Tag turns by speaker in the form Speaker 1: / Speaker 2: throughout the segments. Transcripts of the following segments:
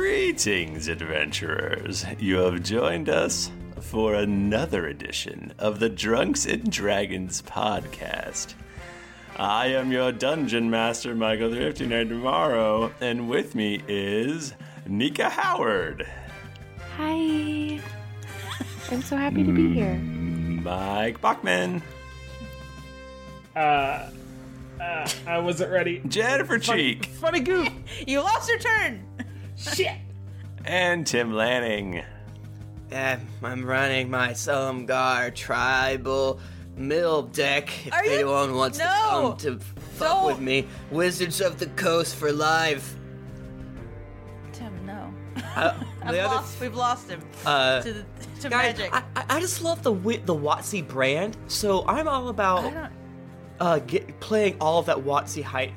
Speaker 1: Greetings, adventurers. You have joined us for another edition of the Drunks and Dragons podcast. I am your dungeon master, Michael the 59 tomorrow, and with me is Nika Howard.
Speaker 2: Hi. I'm so happy to be here.
Speaker 1: Mike Bachman.
Speaker 3: Uh, uh, I wasn't ready.
Speaker 1: Jennifer Cheek.
Speaker 3: Funny goof.
Speaker 4: you lost your turn.
Speaker 3: Shit.
Speaker 1: And Tim Lanning.
Speaker 5: Uh, I'm running my Solomgar tribal mill deck. If
Speaker 4: Are you-
Speaker 5: anyone wants
Speaker 4: No!
Speaker 5: to come to fuck
Speaker 4: Don't!
Speaker 5: with me, Wizards of the Coast for life.
Speaker 4: Tim, no.
Speaker 5: Uh,
Speaker 4: I've
Speaker 5: the other,
Speaker 4: lost, we've lost him
Speaker 5: uh,
Speaker 4: to, the, to
Speaker 5: guys,
Speaker 4: magic.
Speaker 5: I, I I just love the wi- the Watsy brand. So I'm all
Speaker 4: I
Speaker 5: about
Speaker 4: don't-
Speaker 5: uh, get, playing all that Watsy hi-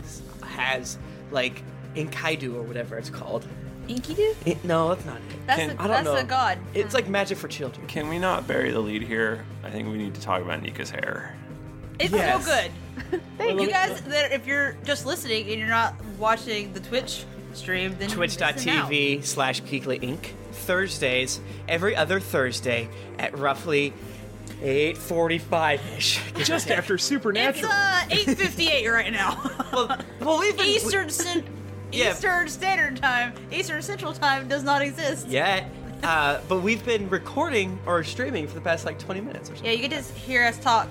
Speaker 5: has, like in Kaidu or whatever it's called.
Speaker 4: Inky dude?
Speaker 5: It- no, that's not it.
Speaker 4: That's,
Speaker 1: Can-
Speaker 4: the,
Speaker 5: I don't
Speaker 4: that's
Speaker 5: know.
Speaker 4: the god.
Speaker 5: It's like magic for children.
Speaker 1: Can we not bury the lead here? I think we need to talk about Nika's hair.
Speaker 4: It's
Speaker 5: Yes.
Speaker 4: so good.
Speaker 3: Thank
Speaker 4: You guys, that if you're just listening and you're not watching the Twitch stream, then you're missing
Speaker 5: twitch.tv slash geekly inc thursdays every other thursday at roughly 8.45ish
Speaker 3: Just after
Speaker 4: out. It's
Speaker 3: Supernatural.
Speaker 4: uh, 8:58 right now.
Speaker 5: well, well even
Speaker 4: Eastern Cent-
Speaker 5: Yeah.
Speaker 4: Eastern Standard Time, Eastern Central Time does not exist.
Speaker 5: yet uh, but we've been recording or streaming for the past like 20 minutes or something
Speaker 4: Yeah, you can just hear us talk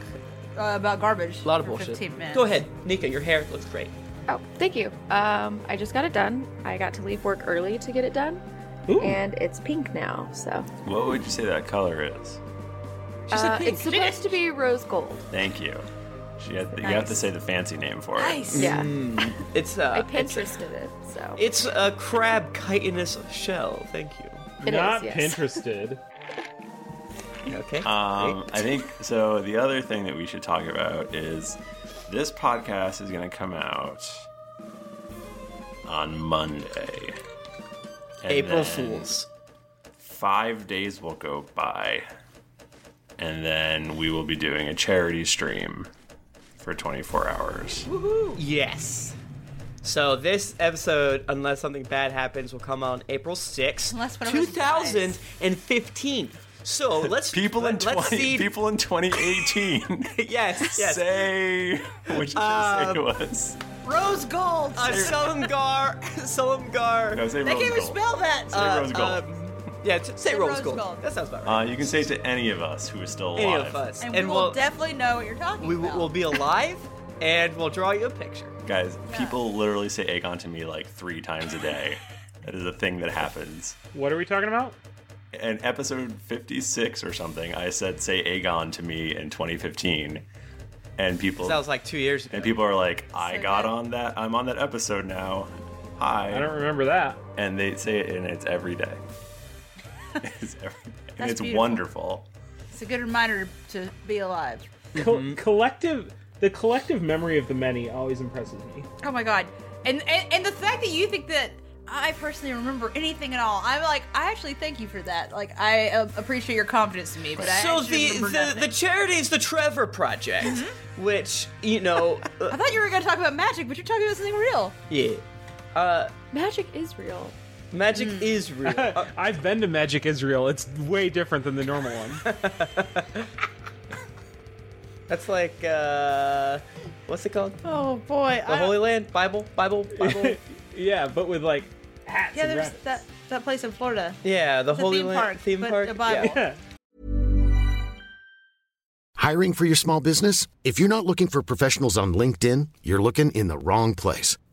Speaker 4: uh, about garbage.
Speaker 5: a lot of
Speaker 4: for
Speaker 5: bullshit
Speaker 4: 15 minutes.
Speaker 5: go ahead nika your hair looks great
Speaker 2: Oh, thank you. Um, I just got it done. I got to leave work early to get it done, and it's pink now. So
Speaker 1: What would you say that color is?
Speaker 5: she said
Speaker 2: Uh,
Speaker 5: pink
Speaker 2: it's supposed to be rose gold.
Speaker 1: Thank you. You have, you have to
Speaker 4: Nice.
Speaker 1: say the fancy name for it.
Speaker 4: Nice.
Speaker 2: Yeah,
Speaker 5: it's uh
Speaker 2: I
Speaker 5: it's,
Speaker 2: Pinterested it. So
Speaker 5: it's a crab chitinous shell thank you
Speaker 2: it
Speaker 3: Not
Speaker 2: is, yes.
Speaker 3: Pinterested.
Speaker 5: okay
Speaker 1: Um,
Speaker 5: great.
Speaker 1: I think so. The other thing that we should talk about is this podcast is going to come out on Monday. And
Speaker 5: april
Speaker 1: then
Speaker 5: fools
Speaker 1: Five days will go by, and then we will be doing a charity stream for 24 hours.
Speaker 5: Yes. So this episode, unless something bad happens, will come out on April 6th,
Speaker 4: Unless one of us
Speaker 5: 2015. So let's
Speaker 1: People in
Speaker 5: let- let's
Speaker 1: 20,
Speaker 5: see.
Speaker 1: people in 2018
Speaker 5: yes, yes. Um,
Speaker 1: say what you just say was.
Speaker 4: Rose gold.
Speaker 5: Uh, Solomgar, Solomgar.
Speaker 1: No, say
Speaker 4: they
Speaker 1: Rose
Speaker 4: can't even
Speaker 1: Gold.
Speaker 4: spell that. Uh,
Speaker 1: Say Rose Gold.
Speaker 5: Um, yeah, t- say rose,
Speaker 4: Rose
Speaker 5: gold.
Speaker 4: Gold.
Speaker 5: That sounds about right.
Speaker 1: Uh, you can say it to any of us who is still alive.
Speaker 5: Any of us,
Speaker 4: and, we will
Speaker 5: we'll
Speaker 4: definitely know what you're talking
Speaker 5: we will
Speaker 4: about.
Speaker 5: we'll be alive, and we'll draw you a picture.
Speaker 1: Guys, people literally say Aegon to me like three times a day. that is a thing that happens.
Speaker 3: What are we talking about?
Speaker 1: In episode 56 or something, I said say Aegon to me in 2015. And people
Speaker 5: That was like two years ago.
Speaker 1: and people are like, I
Speaker 4: So
Speaker 1: got
Speaker 4: good.
Speaker 1: on that. I'm on that episode now.
Speaker 3: I don't
Speaker 1: Hi.
Speaker 3: remember that.
Speaker 1: And they say it and it's every day. it's every day. And
Speaker 4: That's
Speaker 1: it's
Speaker 4: beautiful.
Speaker 1: wonderful.
Speaker 4: It's a good reminder to be alive.
Speaker 3: Co- collective, the collective memory of the many always impresses me.
Speaker 4: Oh my god. And, and and the fact that you think that I personally remember anything at all, I'm like, I actually thank you for that. Like, I uh, appreciate your confidence in me, but I
Speaker 5: So
Speaker 4: actually
Speaker 5: the
Speaker 4: remember
Speaker 5: the, the
Speaker 4: nothing. Mm-hmm.
Speaker 5: charity is the Trevor Project, which you know,
Speaker 4: I
Speaker 5: uh,
Speaker 4: thought you were going to talk about magic, but you're talking about something real.
Speaker 5: yeah, uh,
Speaker 2: Magic is real.
Speaker 5: magic
Speaker 4: Mm.
Speaker 5: is real. Uh,
Speaker 3: I've been to Magic Israel. It's way different than the normal one.
Speaker 5: That's like uh what's it called?
Speaker 4: Oh boy.
Speaker 5: The Holy Land? Bible? Bible? Bible?
Speaker 3: yeah, but with like hats
Speaker 4: yeah,
Speaker 3: and
Speaker 4: there's
Speaker 3: rabbits.
Speaker 4: that that place in Florida.
Speaker 5: yeah, the
Speaker 4: It's a
Speaker 5: Holy
Speaker 4: theme
Speaker 5: Land
Speaker 4: park,
Speaker 5: theme
Speaker 4: but
Speaker 5: park.
Speaker 4: the Bible.
Speaker 5: Yeah.
Speaker 3: Yeah.
Speaker 6: Hiring for your small business? If you're not looking for professionals on LinkedIn, you're looking in the wrong place.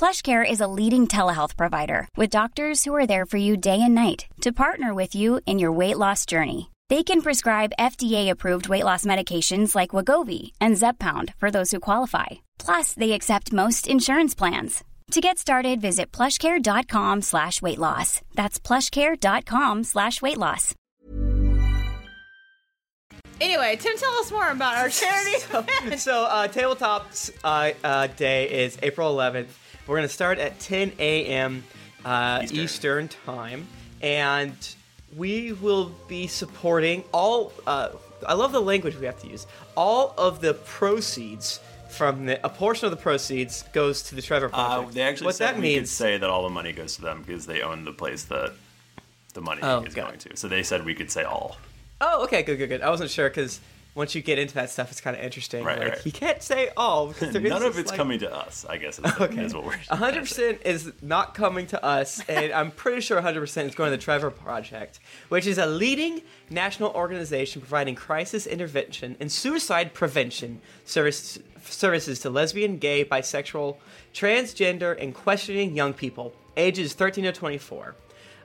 Speaker 7: PlushCare is a leading telehealth provider with doctors who are there for you day and night to partner with you in your weight loss journey. They can prescribe FDA-approved weight loss medications like Wagovi and Zepbound for those who qualify. Plus, they accept most insurance plans. To get started, visit plushcare.com slash weight loss. That's plushcare.com slash weight loss.
Speaker 4: Anyway, Tim, tell us more about our charity.
Speaker 5: so uh, tabletops uh, uh, day is april 11th we're going to start at 10 a.m uh, eastern. time and we will be supporting all uh, i love the language we have to use all of the proceeds from the a portion of the proceeds goes to the trevor
Speaker 1: Uh,
Speaker 5: project
Speaker 1: they actually
Speaker 5: what
Speaker 1: said
Speaker 5: that
Speaker 1: we
Speaker 5: means
Speaker 1: could say that all the money goes to them because they own the place that the money
Speaker 5: Oh,
Speaker 1: is going to. So they said we could say all.
Speaker 5: Oh, okay, good, good, good. I wasn't sure because once you get into that stuff, it's kind of interesting.
Speaker 1: Right,
Speaker 5: like,
Speaker 1: right.
Speaker 5: You can't say all because there is
Speaker 1: None of
Speaker 5: this,
Speaker 1: it's
Speaker 5: like-
Speaker 1: coming to us, I guess, is, the- is what we're
Speaker 5: 100% is not coming to us, and I'm pretty sure 100% is going to the Trevor Project, which is a leading national organization providing crisis intervention and suicide prevention service, services to lesbian, gay, bisexual, transgender, and questioning young people, ages 13 to 24.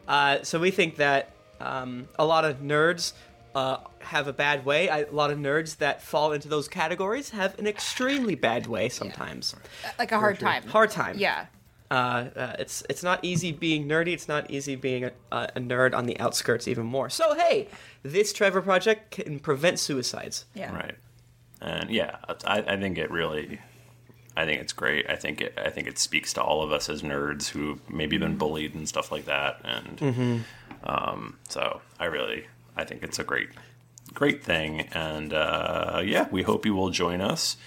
Speaker 5: Uh, so we think that um, a lot of nerds uh, have a bad way. I, a lot of nerds that fall into those categories have an extremely bad way sometimes.
Speaker 4: like a hard time.
Speaker 5: Hard time.
Speaker 4: Yeah.
Speaker 5: Uh, uh, it's it's not easy being nerdy. It's not easy being a, a a nerd on the outskirts even more. So hey, this Trevor project can prevent suicides.
Speaker 4: Yeah.
Speaker 1: Right. And yeah, I, I think it really, I think it's great. I think it, I think it speaks to all of us as nerds who maybe
Speaker 5: Mm-hmm.
Speaker 1: been bullied and stuff like that. And
Speaker 5: Mhm.
Speaker 1: um, so I really, I think it's a great, great thing. And uh, yeah, we hope you will join us.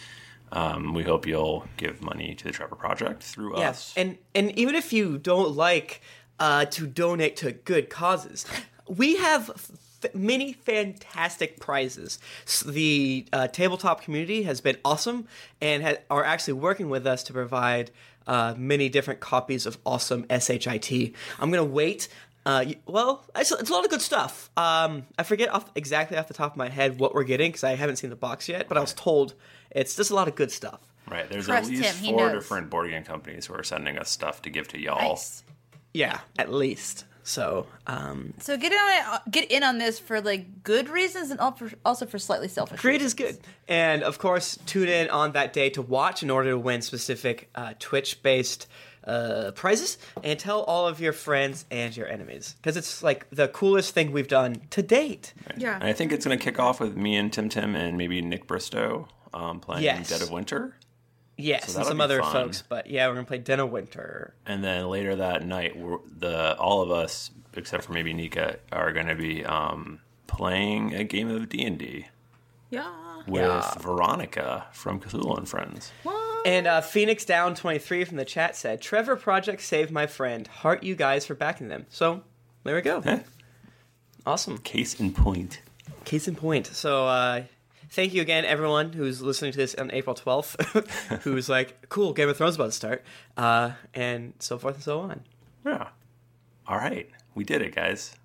Speaker 1: Um, we hope you'll give money to the Trevor Project through us.
Speaker 5: Yes. And and even if you don't like uh, to donate to good causes, we have f- many fantastic prizes. S the uh, tabletop community has been awesome and ha- are actually working with us to provide uh, many different copies of awesome SHIT. I'm gonna wait. Uh, y- well, it's, it's a lot of good stuff. Um, I forget off, exactly off the top of my head what we're getting because I haven't seen the box yet, but I was told it's just a lot of good stuff.
Speaker 1: Right. There's
Speaker 5: Trust
Speaker 1: at least
Speaker 5: him, he
Speaker 1: four
Speaker 5: knows.
Speaker 1: different board game companies who are sending us stuff to give to y'all.
Speaker 5: Yeah, at least. So, um,
Speaker 4: So get in on it, get in on this for like good reasons and al- for- also for slightly selfish.
Speaker 5: Great is good. And of course, tune in on that day to watch in order to win specific uh, Twitch based uh, prizes and tell all of your friends and your enemies because it's like the coolest thing we've done to date.
Speaker 4: Yeah.
Speaker 1: And I think it's going to kick off with me and Tim Tim and maybe Nick Bristow um, playing
Speaker 5: Yes.
Speaker 1: Dead of Winter.
Speaker 5: Yes,
Speaker 1: So
Speaker 5: and
Speaker 1: that'll
Speaker 5: some
Speaker 1: be
Speaker 5: other
Speaker 1: fun.
Speaker 5: folks, but yeah, we're gonna play Den of Winter.
Speaker 1: And then later that night, we're, the all of us except for maybe Nika are going to be um, playing a game of D and D
Speaker 4: Yeah.
Speaker 1: with Veronica from Cthulhu and Friends.
Speaker 5: And uh, Phoenix Down 23 from the chat said, Trevor Project saved my friend. Heart you guys for backing them. So there we go. awesome.
Speaker 1: Case in point.
Speaker 5: Case in point. So uh, thank you again, everyone who's listening to this on April 12th, who's like, cool, Game of Thrones about to start, uh, and so forth and so on.
Speaker 1: Yeah. All right, we did it, guys.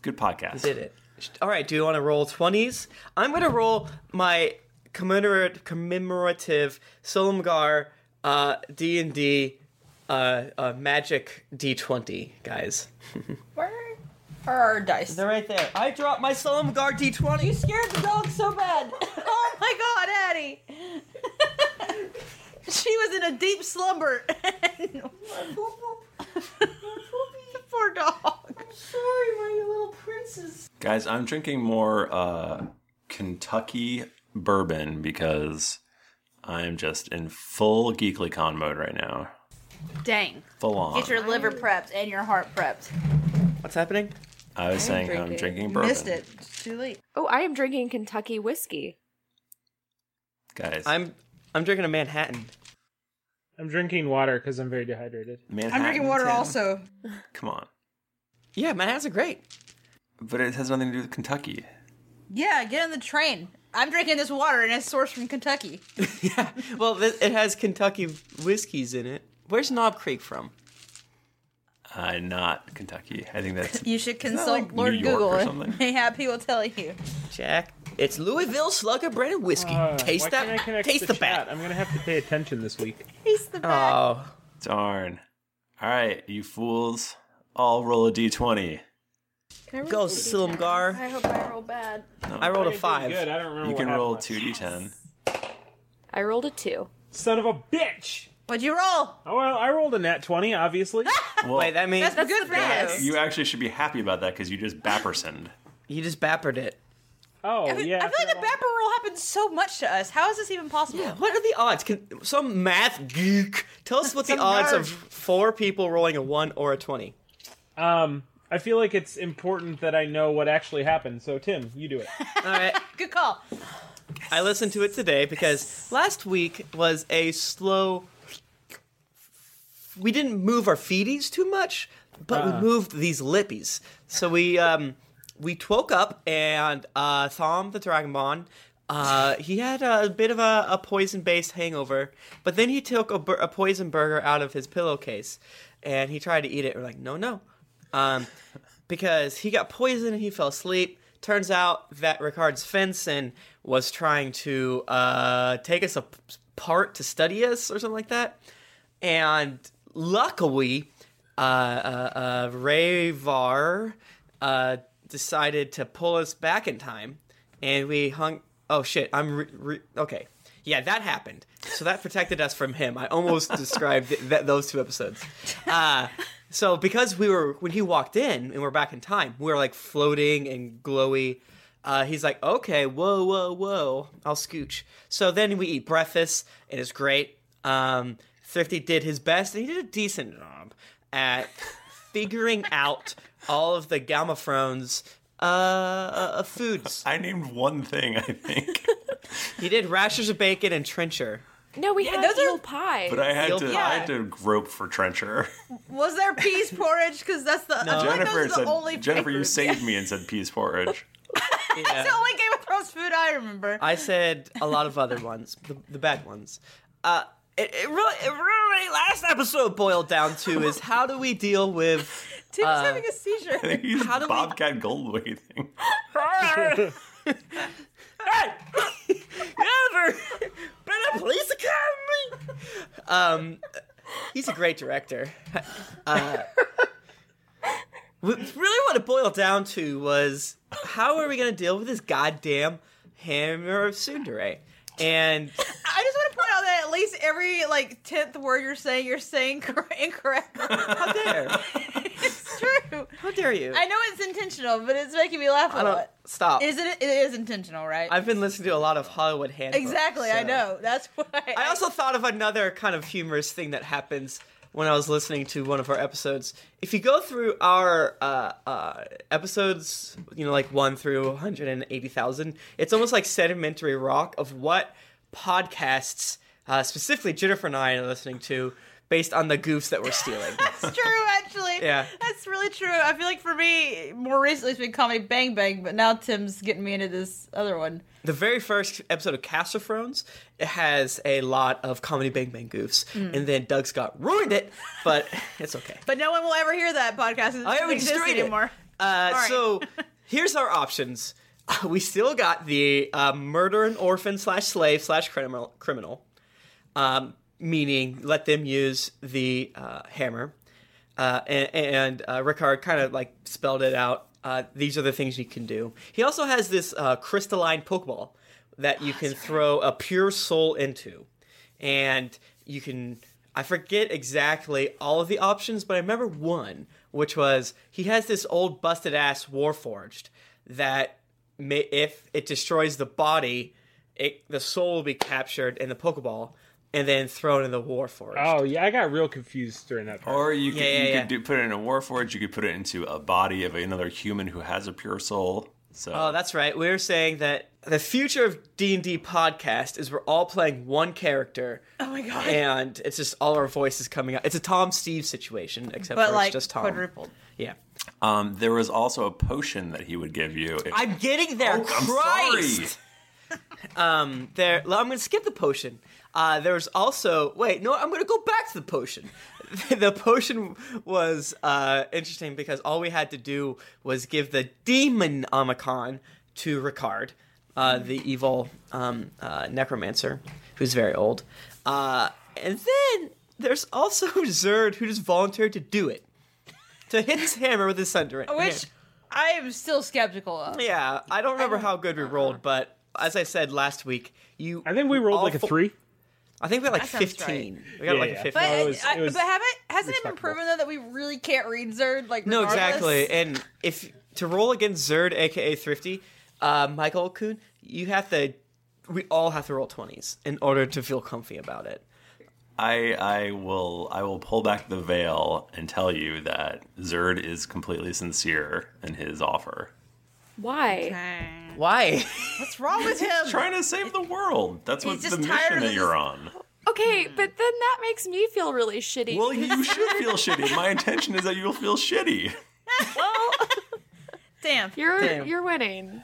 Speaker 1: Good podcast.
Speaker 5: We did it. All right, do you want to roll 20s? I'm going to roll my commemorative, commemorative Solomgar uh, D&D uh, uh, magic D20, guys.
Speaker 4: Or our dice. They're
Speaker 5: right there. I dropped my Solomgar D20.
Speaker 4: You scared the dog so bad. oh my god, Addie. she was in a deep slumber. Poor dog. I'm
Speaker 5: sorry, my little princess.
Speaker 1: Guys, I'm drinking more uh, Kentucky bourbon because I am just in full GeeklyCon mode right now.
Speaker 4: Dang.
Speaker 1: Full on.
Speaker 4: Get your liver prepped and your heart prepped.
Speaker 5: What's happening?
Speaker 1: I was saying I'm drinking bourbon.
Speaker 4: Missed it. It's too late.
Speaker 2: Oh, I am drinking Kentucky whiskey.
Speaker 1: Guys,
Speaker 5: I'm I'm drinking a Manhattan.
Speaker 3: I'm drinking water because I'm very dehydrated.
Speaker 1: Manhattan too. Come on.
Speaker 5: Yeah, Manhattan's are great.
Speaker 1: But it has nothing to do with Kentucky.
Speaker 4: Yeah, get on the train. I'm drinking this water and it's sourced from Kentucky.
Speaker 5: Well, th- it has Kentucky whiskeys in it. Where's Knob Creek from?
Speaker 1: Uh, not Kentucky. I think that's
Speaker 4: You should
Speaker 1: Isn't that
Speaker 4: consult
Speaker 1: like
Speaker 4: Lord
Speaker 1: New York
Speaker 4: Google.
Speaker 1: or something?
Speaker 4: Mayhap he will tell you.
Speaker 5: Jack. It's Louisville Slugger branded whiskey.
Speaker 3: Uh, why
Speaker 5: taste
Speaker 3: can't I
Speaker 5: that.
Speaker 3: connect
Speaker 5: Taste
Speaker 3: the
Speaker 5: the bat.
Speaker 3: I'm gonna have to pay attention this week.
Speaker 4: He's the
Speaker 1: Oh. Darn. All right, you fools. All roll a d20.
Speaker 5: Go Silumgar.
Speaker 2: I hope I roll bad.
Speaker 5: I rolled a five.
Speaker 3: Good. I don't remember.
Speaker 1: You
Speaker 3: what
Speaker 1: can
Speaker 3: happened
Speaker 1: roll
Speaker 3: last-
Speaker 1: 2d10.
Speaker 2: I rolled a two.
Speaker 3: Son of a bitch!
Speaker 4: What'd you roll?
Speaker 3: Oh, well, I rolled a nat twenty, obviously.
Speaker 5: Wait, that means
Speaker 4: That's good for him.
Speaker 1: You actually should be happy about that because you just bappersoned.
Speaker 5: You just bappered it.
Speaker 3: Oh,
Speaker 4: I, feel- I feel like the Bapper roll happened so much to us. How is this even possible?
Speaker 5: What are the odds? Can some math geek tell us what the
Speaker 4: Some
Speaker 5: odds of
Speaker 4: nerd.
Speaker 5: four people rolling a one or a twenty?
Speaker 3: Um, I feel like it's important that I know what actually happened. So Tim, you do it.
Speaker 5: All right.
Speaker 4: Good call.
Speaker 5: I listened to it today because last week was a slow. We didn't move our feeties too much, but
Speaker 3: Uh.
Speaker 5: we moved these lippies. So we um, we woke up and uh, Thom the Dragonbond. Uh, he had a bit of a, a poison-based hangover, but then he took a, bur- a poison burger out of his pillowcase, and he tried to eat it. We're like, no, no, um, because he got poisoned and he fell asleep. Turns out that Ricard's Fenson was trying to uh, take us ap- apart to study us or something like that. And luckily, uh, uh, uh, Rayvar uh, decided to pull us back in time. And we hung. Oh shit, I'm. Re- re- okay. Yeah, that happened. So that protected us from him. I almost described th- th- those two episodes. Uh, so because we were when he walked in and we're back in time, we were like floating and glowy. Uh, he's like, okay, whoa, whoa, whoa, I'll scooch. So then we eat breakfast, and it's great. Um, Thrifty did his best, and he did a decent job at figuring out all of the gamafrones uh, uh, foods.
Speaker 1: I named one thing, I think.
Speaker 5: he did rashers of bacon and trencher.
Speaker 2: No, we had eel pie.
Speaker 1: But I had
Speaker 5: You'll-
Speaker 1: to I had to grope for Trencher.
Speaker 4: Was there peas porridge? Because that's the Oh, I feel like
Speaker 1: Jennifer
Speaker 4: those are
Speaker 1: said
Speaker 4: the only
Speaker 1: Jennifer, you
Speaker 4: flavors.
Speaker 1: saved me and said peas porridge.
Speaker 4: That's the only Game of Thrones food I remember.
Speaker 5: I said a lot of other ones, the, the bad ones. Uh, it, it really, it really, last episode boiled down to is how do we deal with?
Speaker 4: Tim's
Speaker 5: uh,
Speaker 4: having a seizure.
Speaker 1: He's Bobcat Goldway thing.
Speaker 5: hey, ever been a police academy? Um, he's a great director. Uh, w- really, what it boiled down to was how are we going to deal with this goddamn hammer of Sundere? And
Speaker 4: I just want to point out that at least every like tenth word you're saying, you're saying cor- incorrectly.
Speaker 5: How dare?
Speaker 4: it's true.
Speaker 5: How dare you?
Speaker 4: I know it's intentional, but it's making me laugh
Speaker 5: I
Speaker 4: a
Speaker 5: don't-
Speaker 4: lot.
Speaker 5: stop.
Speaker 4: Is it? It is intentional, right?
Speaker 5: I've been listening to a lot of Hollywood handbooks.
Speaker 4: exactly. I
Speaker 5: so-
Speaker 4: know. That's why.
Speaker 5: I also thought of another kind of humorous thing that happens when I was listening to one of our episodes. If you go through our uh, uh, episodes, you know, like one through 180,000, it's almost like sedimentary rock of what podcasts, uh, specifically Jennifer and I, are listening to based on the goofs that we're stealing.
Speaker 4: That's true, actually.
Speaker 5: Yeah.
Speaker 4: That's really true. I feel like for me, more recently it's been comedy Bang Bang, but now Tim's getting me into this other one.
Speaker 5: The very first episode of Castlefrones it has a lot of comedy bang bang goofs,
Speaker 4: Mm.
Speaker 5: and then Doug Scott ruined it, but it's okay.
Speaker 4: But no one will ever hear that podcast. It
Speaker 5: I
Speaker 4: doesn't
Speaker 5: already
Speaker 4: exist
Speaker 5: destroyed it.
Speaker 4: anymore.
Speaker 5: Uh,
Speaker 4: Sorry.
Speaker 5: So here's our options. Uh, We still got the uh, murder an orphan slash slave slash criminal criminal, um, meaning let them use the uh, hammer. Uh, and and uh, Ricard kind of like spelled it out. Uh, these are the things you can do. He also has this uh, crystalline pokeball that you can throw a pure soul into and you can I forget exactly all of the options, but I remember one, which was he has this old busted ass warforged that may, if it destroys the body, it, the soul will be captured in the Pokeball and then thrown in the War Forest.
Speaker 3: Oh yeah, I got real confused during that. Part.
Speaker 1: Or you could,
Speaker 5: Yeah, yeah,
Speaker 1: you
Speaker 5: yeah.
Speaker 1: could do, put it in a warforge. You could put it into a body of another human who has a pure soul. So
Speaker 5: Oh, that's right. We were saying that the future of D and D podcast is we're all playing one character. Oh my god! And it's just all our voices coming out. It's a Tom Steve situation, except
Speaker 4: But
Speaker 5: for
Speaker 4: like
Speaker 5: it's just Tom.
Speaker 4: quadrupled.
Speaker 5: Yeah,
Speaker 1: um, there was also a potion that he would give you. if-
Speaker 5: I'm getting there. Christ. um, there. well, I'm going to skip the potion. Uh, there's also wait, no, I'm going to go back to the potion. the potion was uh, interesting because all we had to do was give the demon omicron to Ricard, uh, the evil um, uh, necromancer, who's very old. Uh, and then there's also Zerd, who just volunteered to do it, to hit his hammer with his sundering.
Speaker 4: Which I am still skeptical of.
Speaker 5: Yeah, I don't remember how good we rolled, but as I said last week, you. I think
Speaker 3: we rolled like a three.
Speaker 5: I think we got like
Speaker 4: That sounds
Speaker 5: fifteen.
Speaker 4: right.
Speaker 5: We got
Speaker 3: Yeah,
Speaker 5: like
Speaker 3: yeah.
Speaker 5: a fifteen.
Speaker 4: But, I, but haven't hasn't it been proven though that we really can't read Zerd? Like
Speaker 5: no,
Speaker 4: regardless?
Speaker 5: exactly. And if to roll against Zerd, aka Thrifty, uh, Michael Kuhn, you have to. We all have to roll twenties in order to feel comfy about it.
Speaker 1: I I will I will pull back the veil and tell you that Zerd is completely sincere in his offer.
Speaker 2: Why?
Speaker 5: Why?
Speaker 4: Eh. What's wrong with him?
Speaker 1: trying to save the world. That's what
Speaker 2: He's
Speaker 1: the
Speaker 2: just tired of
Speaker 1: mission that
Speaker 2: this-
Speaker 1: you're on.
Speaker 2: Okay,
Speaker 4: Hmm.
Speaker 2: but then that makes me feel really shitty.
Speaker 1: Well, you should feel shitty. My intention is that you'll feel shitty.
Speaker 4: Damn,
Speaker 2: you're
Speaker 3: Damn.
Speaker 2: you're winning.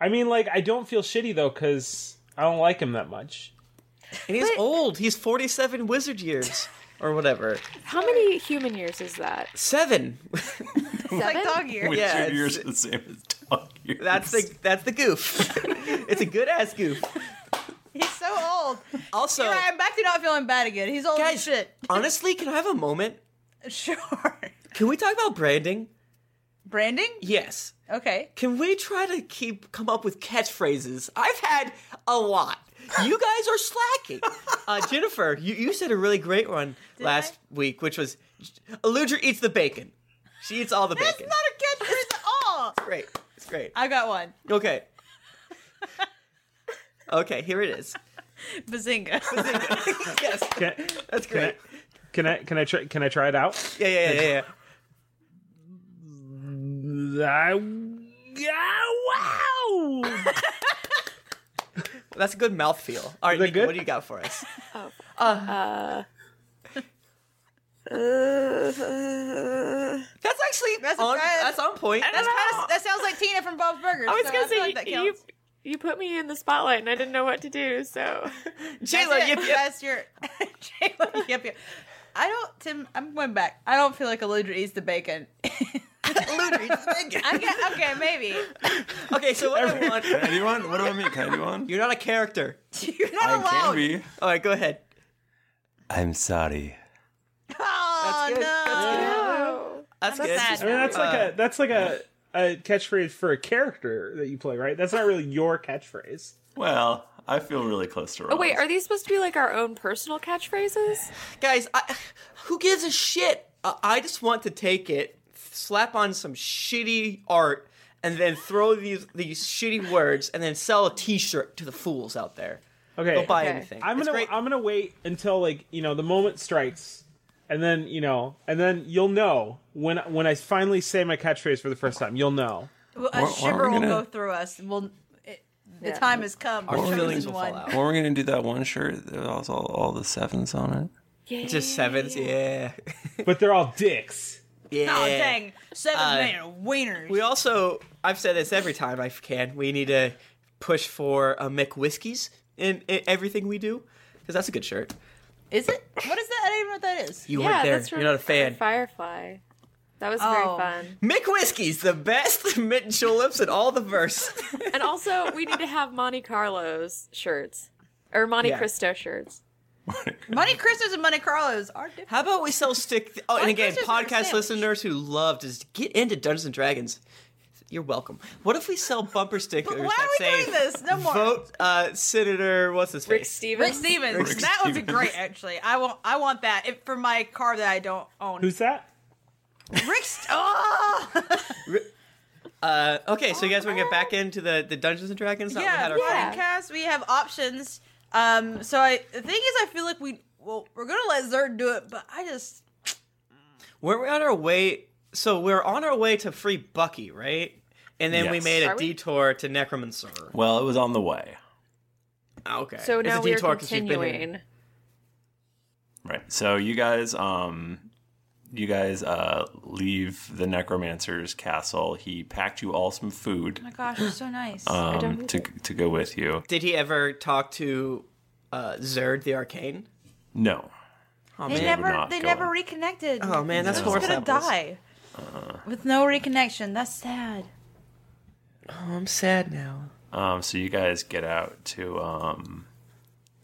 Speaker 3: I mean, like I don't feel shitty though because I don't like him that much.
Speaker 5: And he's old. He's forty-seven wizard years or whatever.
Speaker 2: How many human years is that?
Speaker 5: Seven.
Speaker 2: Seven? like dog
Speaker 5: years. Yeah, it's-
Speaker 1: years are the same as dog years.
Speaker 5: That's the that's the goof. it's a good ass goof.
Speaker 4: He's so old.
Speaker 5: Also,
Speaker 4: Eli, I'm back to not feeling bad again. He's old as shit.
Speaker 5: Honestly, can I have a moment?
Speaker 4: Sure.
Speaker 5: Can we talk about branding?
Speaker 4: Branding?
Speaker 5: Yes.
Speaker 4: Okay.
Speaker 5: Can we try to keep come up with catchphrases? I've had a lot. You guys are slacking. Uh, Jennifer, you, you said a really great one last week, which was Eludra eats the bacon. She eats all the
Speaker 4: That's
Speaker 5: bacon.
Speaker 4: not a catchphrase at all. It's
Speaker 5: great. It's great.
Speaker 4: I got one.
Speaker 5: Okay. okay, here it is.
Speaker 4: Bazinga.
Speaker 5: yes. That's
Speaker 3: Can I,
Speaker 5: great.
Speaker 3: can I can I try can I try it out?
Speaker 5: Yeah, yeah, yeah, yeah.
Speaker 3: wow.
Speaker 5: That's a good mouthfeel. All right, Nico, what do you got for us?
Speaker 2: Oh.
Speaker 5: Uh, that's actually
Speaker 4: That's
Speaker 5: on,
Speaker 4: a bad-
Speaker 5: that's on point.
Speaker 4: That's kinda, that sounds like Tina from Bob's Burgers.
Speaker 2: I was
Speaker 4: so
Speaker 2: gonna
Speaker 4: feel
Speaker 2: say
Speaker 4: like that
Speaker 2: you,
Speaker 4: counts.
Speaker 2: you put me in the spotlight and I didn't know what to do. So
Speaker 4: That's it. That's your Jayla. Yep, yep. I don't, Tim. I'm going back. I don't feel like Eludra eats the bacon. Eludra eats the bacon. okay, okay, maybe.
Speaker 5: Okay, so what I want.
Speaker 1: Can I do one? What do I mean? Can I do one?
Speaker 5: You're not a character.
Speaker 4: You're not
Speaker 1: I
Speaker 4: allowed.
Speaker 1: can be.
Speaker 5: All right, go ahead.
Speaker 1: I'm sorry.
Speaker 4: Oh no.
Speaker 5: That's
Speaker 4: good.
Speaker 3: I mean, that's like a that's like a, a catchphrase for a character that you play, right? That's not really your catchphrase.
Speaker 1: Well, I feel really close to.
Speaker 2: Oh wait, are these supposed to be like our own personal catchphrases?
Speaker 5: Guys, I, who gives a shit? Uh, I just want to take it, slap on some shitty art, and then throw these these shitty words, and then sell a T-shirt to the fools out there.
Speaker 3: Okay.
Speaker 5: Don't buy anything.
Speaker 3: I'm
Speaker 5: It's
Speaker 3: gonna I'm gonna wait until like you know the moment strikes, and then you know, and then you'll know when when I finally say my catchphrase for the first time. You'll know.
Speaker 4: Well,
Speaker 1: Why-
Speaker 4: a
Speaker 1: why
Speaker 4: shiver
Speaker 1: are we
Speaker 4: will go
Speaker 1: gonna-
Speaker 4: through us. We'll, it, the time has come. Our feelings will one.
Speaker 1: When we're gonna do that one shirt that has all, all the sevens on it.
Speaker 4: Yeah,
Speaker 5: Just sevens, yeah.
Speaker 3: but they're all dicks.
Speaker 5: Yeah.
Speaker 4: Oh dang! Seven
Speaker 5: Uh,
Speaker 4: men are wieners.
Speaker 5: We also, I've said this every time I can. We need to push for a McWhiskies in, in everything we do because that's a good shirt.
Speaker 4: Is it? What is that? I don't even know what that is.
Speaker 5: You weren't there. You're not a fan.
Speaker 2: Firefly. That was very
Speaker 4: Oh.
Speaker 2: fun.
Speaker 5: McWhiskies, the best mint and juleps in all the verse.
Speaker 2: And also, we need to have Monte Carlo's shirts or Monte
Speaker 5: Yeah.
Speaker 2: Cristo shirts.
Speaker 4: Monte Cristos and Monte Carlos are different.
Speaker 5: How about we sell stick? Th- oh, and again, podcast listeners who love to get into Dungeons and Dragons, you're welcome. What if we sell bumper stickers?
Speaker 4: Why
Speaker 5: that
Speaker 4: are we
Speaker 5: say,
Speaker 4: doing this? No more.
Speaker 5: Vote uh, Senator, what's his
Speaker 2: Rick
Speaker 5: face?
Speaker 2: Stevens.
Speaker 4: Rick Stevens. that would be great, actually. I want. I want that if, for my car that I don't own.
Speaker 3: Who's that?
Speaker 4: Rick? St- oh,
Speaker 5: Uh, okay, so you guys want to get back into the, the Dungeons and Dragons? Not
Speaker 4: yeah,
Speaker 5: we had our
Speaker 4: podcast. We have options. Um, so I the thing is, I feel like we well, we're gonna let Zerd do it, but I just
Speaker 5: Weren't we on our way? So we're on our way to free Bucky, right? And then we
Speaker 1: Yes.
Speaker 5: made a
Speaker 1: Are we?
Speaker 5: detour to Necromancer. Ah,
Speaker 1: Well, it was on the way.
Speaker 5: Okay.
Speaker 2: So
Speaker 5: It's
Speaker 2: now
Speaker 5: a
Speaker 2: we are
Speaker 5: detour 'cause you've been here.
Speaker 2: continuing.
Speaker 1: Right. So you guys, um, you guys uh, leave the necromancer's castle. He packed you all some food
Speaker 4: Oh my gosh, it's so nice.
Speaker 5: Oh,
Speaker 1: um, to to go with you.
Speaker 5: Did he ever talk to uh, Zerd the Arcane?
Speaker 1: No.
Speaker 5: Oh,
Speaker 4: they
Speaker 5: man.
Speaker 4: never they never reconnected.
Speaker 5: Oh, man, that's Uh.
Speaker 4: He's
Speaker 5: horse
Speaker 4: gonna
Speaker 5: apples.
Speaker 4: die with no reconnection. That's sad.
Speaker 5: Oh, I'm sad now.
Speaker 1: Um, so you guys get out to um,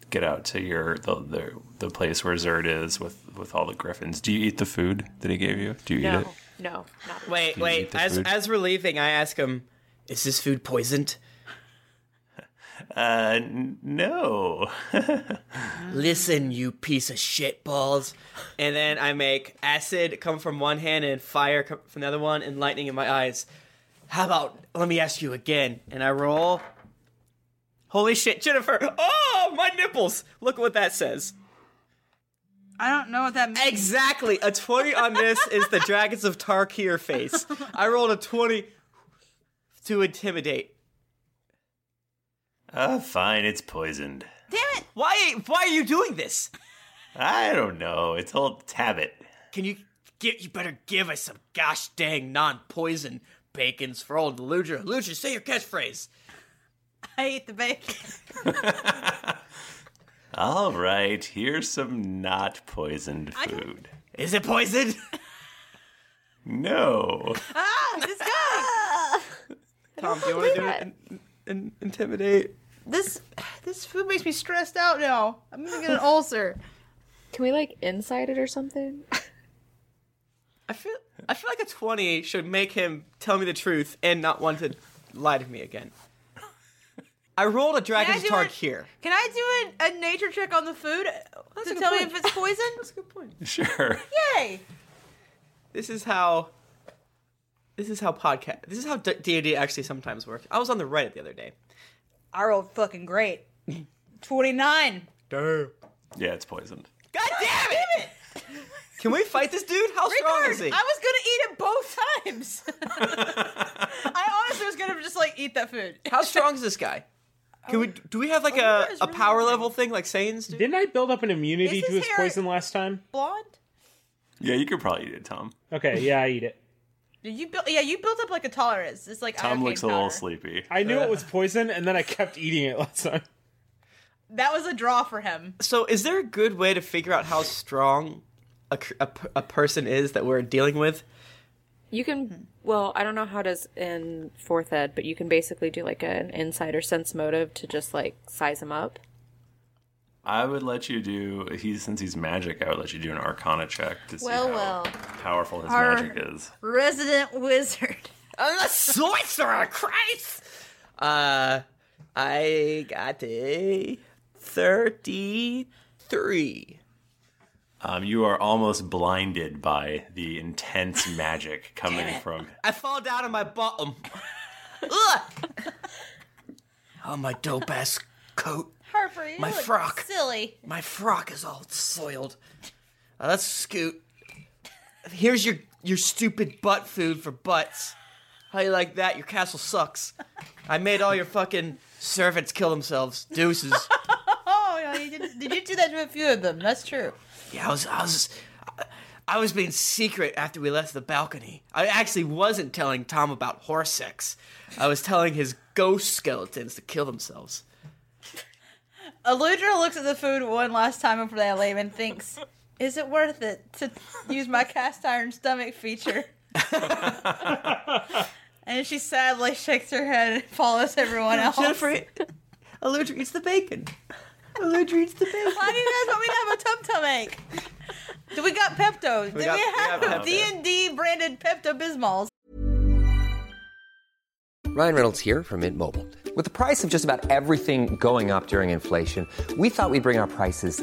Speaker 1: get out to your the, the the place where Zerd is with with all the griffins. Do you eat the food that he gave you? Do you eat it?
Speaker 2: No, not
Speaker 5: Wait,
Speaker 1: Do you eat
Speaker 5: wait.
Speaker 1: this
Speaker 5: As
Speaker 1: food?
Speaker 5: as we're leaving, I ask him, "Is this food poisoned?"
Speaker 1: Uh, n- no.
Speaker 5: Listen, you piece of shit balls. And then I make acid come from one hand and fire come from the other one, and lightning in my eyes. How about? Let me ask you again. And I roll. Holy shit, Jennifer! Oh, my nipples! Look what that says.
Speaker 4: I don't know what that means.
Speaker 5: Exactly. A 20 on this is the Dragons of Tarkir face. I rolled a 20 to intimidate.
Speaker 1: Uh, fine. It's poisoned.
Speaker 4: Damn it!
Speaker 5: Why why are you doing this?
Speaker 1: I don't know. It's old Tabit.
Speaker 5: Can you get you better give us some gosh dang non-poison bacons for old Luger. Luger, say your catchphrase.
Speaker 4: I ate the bacon.
Speaker 1: All right. Here's some not poisoned food.
Speaker 5: Is it poisoned?
Speaker 1: No.
Speaker 4: Ah, this guy.
Speaker 5: Tom, do you want to do it? And intimidate.
Speaker 4: This this food makes me stressed out now. I'm gonna get an ulcer.
Speaker 2: Can we like inside it or something?
Speaker 5: I feel like a 20 should make him tell me the truth and not want to lie to me again. I rolled a dragon's
Speaker 4: do
Speaker 5: tark
Speaker 4: it?
Speaker 5: here.
Speaker 4: Can I do a, a nature check on the food to tell me if it's poison? That's a
Speaker 5: good point.
Speaker 1: Sure.
Speaker 4: Yay!
Speaker 5: This is how this is how podcast this is how D- D&D actually sometimes works. I was on the Reddit the other day.
Speaker 4: I rolled fucking great. Twenty nine.
Speaker 5: Damn.
Speaker 1: Yeah, it's poisoned.
Speaker 4: God damn it!
Speaker 5: Can we fight this dude? How strong is
Speaker 4: Ricard,
Speaker 5: he?
Speaker 4: I was gonna eat it both times. I honestly was gonna just like eat that food.
Speaker 5: How strong is this guy? Oh, Can we do we have like a, a power level thing like Saiyans do?
Speaker 3: Didn't I build up an immunity
Speaker 4: Is
Speaker 3: to
Speaker 4: his
Speaker 3: his
Speaker 4: hair-
Speaker 3: poison last time?
Speaker 4: Blonde?
Speaker 1: Yeah, you could probably eat it, Tom.
Speaker 3: Okay, yeah, I eat it.
Speaker 4: Did you build? Yeah, you built up like a tolerance. It's like
Speaker 1: Tom
Speaker 4: okay,
Speaker 1: looks a little sleepy.
Speaker 3: I knew it was poison, and then I kept eating it last time.
Speaker 4: that was a draw for him.
Speaker 5: So is there a good way to figure out how strong a, cr- a, p- a person is that we're dealing with?
Speaker 2: You
Speaker 5: Hmm.
Speaker 2: can. Well, I don't know how it is in fourth ed, but you can basically do like an insider sense motive to just like size them up.
Speaker 1: I would let you do. He since he's magic, I would let you do an Arcana check to see
Speaker 4: Well,
Speaker 1: how
Speaker 4: well.
Speaker 1: powerful his
Speaker 4: Our-
Speaker 1: magic is.
Speaker 4: Resident wizard.
Speaker 5: I'm a sorcerer, Christ! Uh, I got a thirty-three.
Speaker 1: Um, you are almost blinded by the intense magic coming from.
Speaker 5: I fall down on my bottom. Ugh! oh, my dope ass coat.
Speaker 4: Harper, you
Speaker 5: My
Speaker 4: look
Speaker 5: frock.
Speaker 4: Silly.
Speaker 5: My frock is all soiled. Uh, let's scoot. Here's your your stupid butt food for butts. How you like that? Your castle sucks. I made all your fucking servants kill themselves. Deuces.
Speaker 4: Oh, yeah, you did, did you do that to a few of them? That's true.
Speaker 5: Yeah, I was I was I was being secret after we left the balcony. I actually wasn't telling Tom about horse sex. I was telling his ghost skeletons to kill themselves.
Speaker 4: Aludra looks at the food one last time before they leave and thinks, "Is it worth it to use my cast iron stomach feature?" and she sadly shakes her head and follows everyone else.
Speaker 5: Jennifer, Aludra eats the bacon. Aludra eats the bacon.
Speaker 4: Why do you guys want me to have a tum tum ache? Do we got Pepto? Do we,
Speaker 5: We got- we
Speaker 4: have
Speaker 5: have Pepto.
Speaker 4: D and D branded Pepto Bismols?
Speaker 8: Ryan Reynolds here from Mint Mobile. With the price of just about everything going up during inflation, we thought we'd bring our prices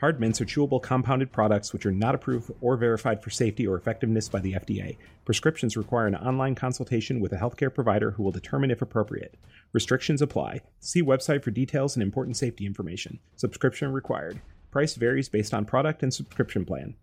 Speaker 3: Hard mints are chewable compounded products which are not approved or verified for safety or effectiveness by the FDA. Prescriptions require an online consultation with a healthcare provider who will determine if appropriate. Restrictions apply. See website for details and important safety information. Subscription required. Price varies based on product and subscription plan.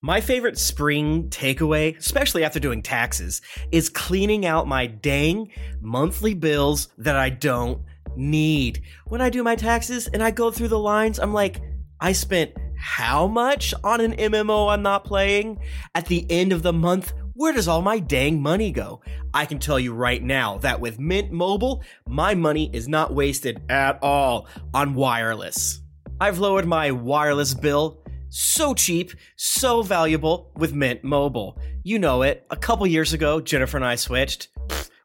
Speaker 5: My favorite spring takeaway, especially after doing taxes, is cleaning out my dang monthly bills that I don't need. When I do my taxes and I go through the lines, I'm like, I spent how much on an MMO I'm not playing? At the end of the month, where does all my dang money go? I can tell you right now that with Mint Mobile, my money is not wasted at all on wireless. I've lowered my wireless bill so cheap, so valuable with Mint Mobile. You know it. A couple years ago, Jennifer and I switched. Pfft,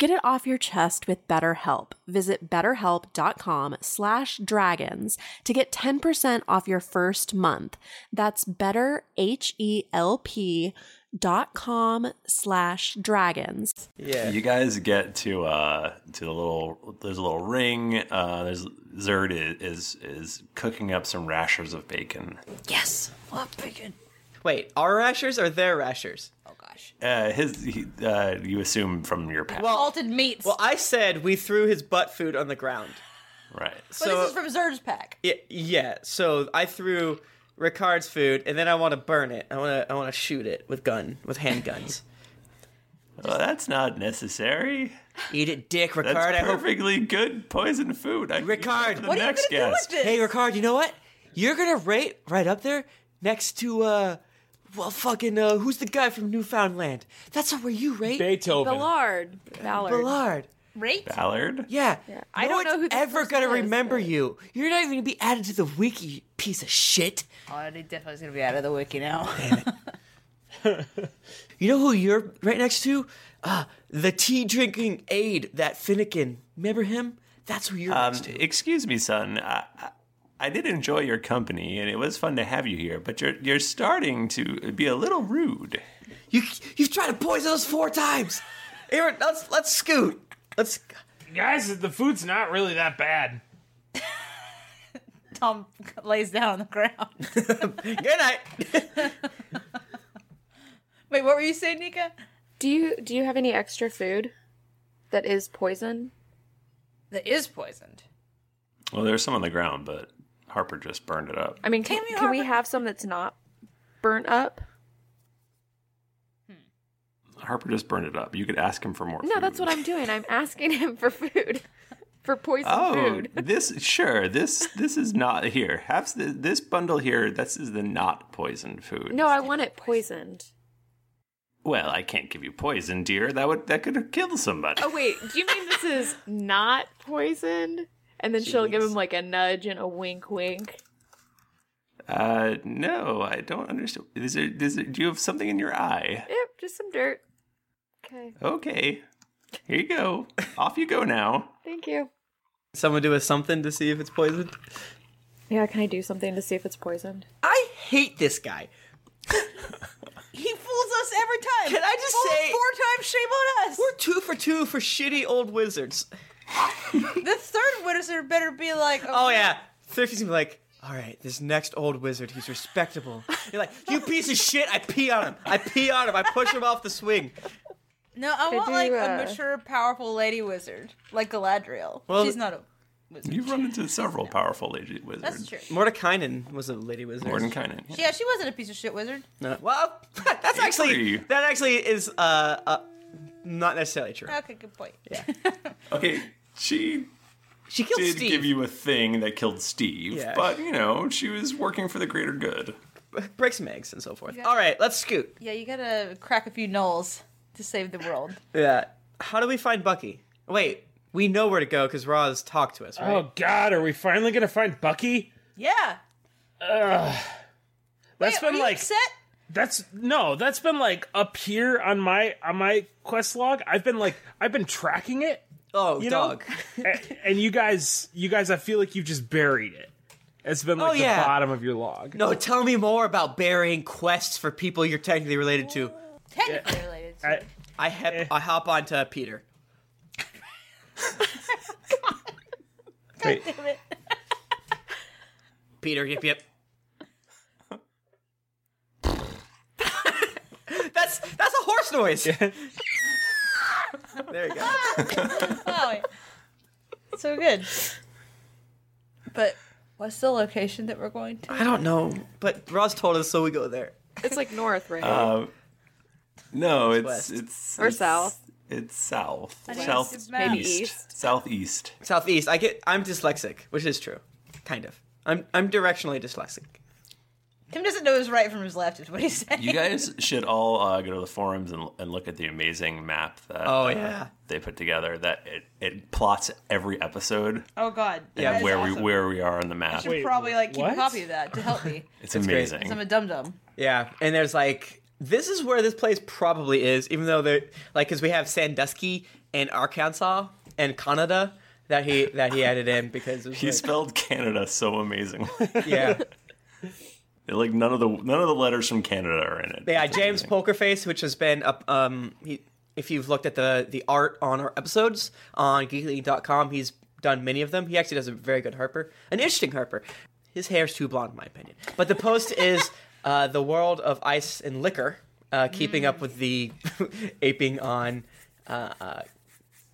Speaker 9: Get it off your chest with BetterHelp. Visit betterhelp.com slash dragons to get 10% off your first month. That's betterhelp.com slash dragons.
Speaker 1: Yeah. You guys get to uh to the little there's a little ring. Uh there's Zerd is is, is cooking up some rashers of bacon.
Speaker 10: Yes. What bacon? Wait, our rashers or their rashers?
Speaker 4: Oh,
Speaker 1: Uh his he, uh you assume from your past.
Speaker 10: salted meats. Well, I said we threw his butt food on the ground.
Speaker 1: Right.
Speaker 4: But this is from Zerg's pack.
Speaker 5: Yeah, yeah. So I threw Ricard's food, and then I want to burn it. I want to. I want to shoot it with gun with handguns.
Speaker 1: well, that's not necessary.
Speaker 5: Eat it, Dick Ricard.
Speaker 1: That's
Speaker 5: I hope-
Speaker 1: perfectly good poison food. I Ricard,
Speaker 5: What are you
Speaker 1: next
Speaker 5: gonna do
Speaker 1: guest.
Speaker 5: Hey, Ricard, you know what? You're gonna rate right up there next to uh, well, fucking uh, who's the guy from Newfoundland? That's not where you rate
Speaker 3: Beethoven.
Speaker 2: Ballard. Ballard.
Speaker 5: Ballard.
Speaker 4: Right?
Speaker 1: Ballard.
Speaker 5: Yeah.
Speaker 2: I
Speaker 5: No
Speaker 2: don't know
Speaker 5: one's
Speaker 2: who this
Speaker 5: ever
Speaker 2: person
Speaker 5: gonna
Speaker 2: is,
Speaker 5: remember you. You're not even gonna be added to the wiki, you piece of shit.
Speaker 4: Oh, they definitely gonna be out of the wiki now.
Speaker 5: You know who you're right next to? Uh, the tea drinking aide, that Finnegan. Remember him? That's who you're
Speaker 1: Um,
Speaker 5: next to.
Speaker 1: excuse me, son. I, I- I did enjoy your company, and it was fun to have you here. But you're you're starting to be a little rude.
Speaker 5: You you've tried to poison us four times. Aaron, let's let's scoot. Let's.
Speaker 3: Guys, the food's not really that bad.
Speaker 4: Tom lays down on the ground. Good
Speaker 5: night.
Speaker 4: Wait, what were you saying, Nika?
Speaker 2: Do you do you have any extra food that is poison?
Speaker 4: That is poisoned.
Speaker 1: Well, there's some on the ground, but Harper just burned it up.
Speaker 2: I mean, can, can we have some that's not burnt up?
Speaker 1: Harper just burned it up. You could ask him for more.
Speaker 2: No, that's what I'm doing. I'm asking him for food, for poison
Speaker 1: Oh,
Speaker 2: food.
Speaker 1: this sure. This this is not here. Have this, this bundle here. This is the not poisoned food.
Speaker 2: No, I want it poisoned.
Speaker 1: Well, I can't give you poison, dear. That would that could kill somebody.
Speaker 2: Oh wait, do you mean this is not poisoned? And then she'll give him like a nudge and a wink, wink.
Speaker 1: Uh, no, I don't understand. Is there, is there, do you have something in your eye?
Speaker 2: Yep, just some dirt. Okay,
Speaker 1: Okay, here you go. Off you go now.
Speaker 2: thank you.
Speaker 5: Someone do a something to see if it's poisoned.
Speaker 2: Yeah, can I do something to see if it's poisoned?
Speaker 5: I hate this guy.
Speaker 4: He fools us every time.
Speaker 5: Can I just
Speaker 4: Fool us
Speaker 5: say-
Speaker 4: four times? Shame on us.
Speaker 5: We're two for two for shitty old wizards.
Speaker 4: the third wizard better be like,
Speaker 5: Oh yeah, Thrifty's gonna be like, all right, this next old wizard, he's respectable. You're like, you piece of shit. I pee on him. I pee on him. I push him off the swing.
Speaker 4: No, I
Speaker 2: They
Speaker 4: want
Speaker 2: do,
Speaker 4: like
Speaker 2: uh,
Speaker 4: a mature, powerful lady wizard, like Galadriel.
Speaker 5: Well,
Speaker 4: she's not a.
Speaker 1: You've run into several powerful lady wizards.
Speaker 4: That's true.
Speaker 5: Mordekainen was a lady wizard.
Speaker 1: Mordekainen.
Speaker 4: Yeah. she wasn't a piece of shit wizard.
Speaker 5: No, well, that's actually that actually is uh, uh not necessarily true.
Speaker 4: Okay, good point.
Speaker 1: Okay, she
Speaker 5: she killed
Speaker 1: did
Speaker 5: Steve.
Speaker 1: give you a thing that killed Steve,
Speaker 5: Yeah.
Speaker 1: but you know she was working for the greater good.
Speaker 5: Break some eggs and so forth.
Speaker 4: Yeah.
Speaker 5: All right, let's scoot.
Speaker 4: Yeah, you gotta crack a few knolls to save the world.
Speaker 5: Yeah. How do we find Bucky? Wait, we know where to go because Roz talked to us, right?
Speaker 3: Oh God, are we finally gonna find Bucky?
Speaker 4: Yeah.
Speaker 3: Ugh. That's
Speaker 4: Wait, are
Speaker 3: been
Speaker 4: you
Speaker 3: like
Speaker 4: upset?
Speaker 3: That's no, that's been like up here on my on my quest log. I've been like I've been tracking it.
Speaker 5: Oh,
Speaker 3: you
Speaker 5: dog.
Speaker 3: Know? and, and you guys, you guys, I feel like you've just buried it. It's been like
Speaker 5: Oh, yeah.
Speaker 3: the bottom of your log.
Speaker 5: No, tell me more about burying quests for people you're technically related to.
Speaker 4: Technically related.
Speaker 5: I, I, hep- I hop onto Peter.
Speaker 4: God damn it.
Speaker 5: Peter, yep, yep. that's that's a horse noise. there you go.
Speaker 4: oh, wait. So good. But what's the location that we're going to?
Speaker 5: I don't know, but Roz told us, so we go there.
Speaker 2: It's like north, right?
Speaker 1: Um, no, it's
Speaker 5: west.
Speaker 1: it's
Speaker 2: Or
Speaker 1: it's-
Speaker 2: south.
Speaker 1: It's south,
Speaker 2: I think it's
Speaker 1: south,
Speaker 2: maybe
Speaker 1: east, southeast.
Speaker 5: Southeast. I get. I'm dyslexic, which is true, kind of. I'm I'm directionally dyslexic.
Speaker 4: Tim doesn't know his right from his left, is what he's saying.
Speaker 1: You guys should all uh, go to the forums and, and look at the amazing map that
Speaker 5: Oh,
Speaker 1: uh,
Speaker 5: yeah.
Speaker 1: they put together. That it, it plots every episode
Speaker 4: Oh, God.
Speaker 1: yeah,
Speaker 4: That is
Speaker 1: where we
Speaker 4: awesome.
Speaker 1: where we are on the
Speaker 4: I
Speaker 1: map.
Speaker 4: should probably like keep a copy of that to help me.
Speaker 1: It's
Speaker 5: That's great.
Speaker 1: amazing.
Speaker 4: 'Cause I'm a dum dum.
Speaker 5: Yeah, and there's like this is where this place probably is, even though they're like because we have Sandusky and Arkansas and Canada that he that he added in because it was
Speaker 1: He
Speaker 5: like-
Speaker 1: spelled Canada so amazing.
Speaker 5: yeah
Speaker 1: like none of the none of the letters from Canada are in it.
Speaker 5: yeah James Pokerface, which has been up um he, if you've looked at the the art on our episodes on geekly.com, he's done many of them. He actually does a very good Harper, an interesting Harper. His hair's too blonde, in my opinion. But the post is uh, the world of ice and liquor, uh, keeping up with the aping on uh, uh,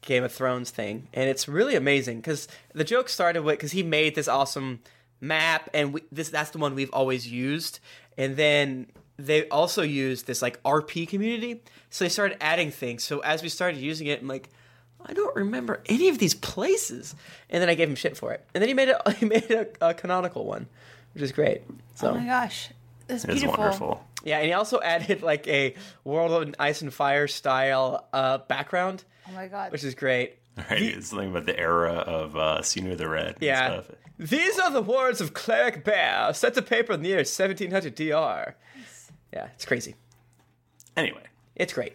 Speaker 5: Game of Thrones thing, and it's really amazing because the joke started with because he made this awesome map, and we, this that's the one we've always used, and then they also used this like RP community, so they started adding things. So as we started using it, I'm like. I don't remember any of these places, and then I gave him shit for it. And then he made a he made a, a canonical one, which is great. So
Speaker 4: oh my gosh, that's beautiful.
Speaker 5: yeah, and he also added like a World of Ice and Fire style uh, background,
Speaker 4: Oh my god,
Speaker 5: which is great.
Speaker 1: Right? It's something about the era of uh, Sinu the Red. and
Speaker 5: Yeah.
Speaker 1: stuff.
Speaker 5: These are the words of Cleric Bear, set to paper in the year 1700 DR. Yeah, it's crazy.
Speaker 1: Anyway,
Speaker 5: it's great.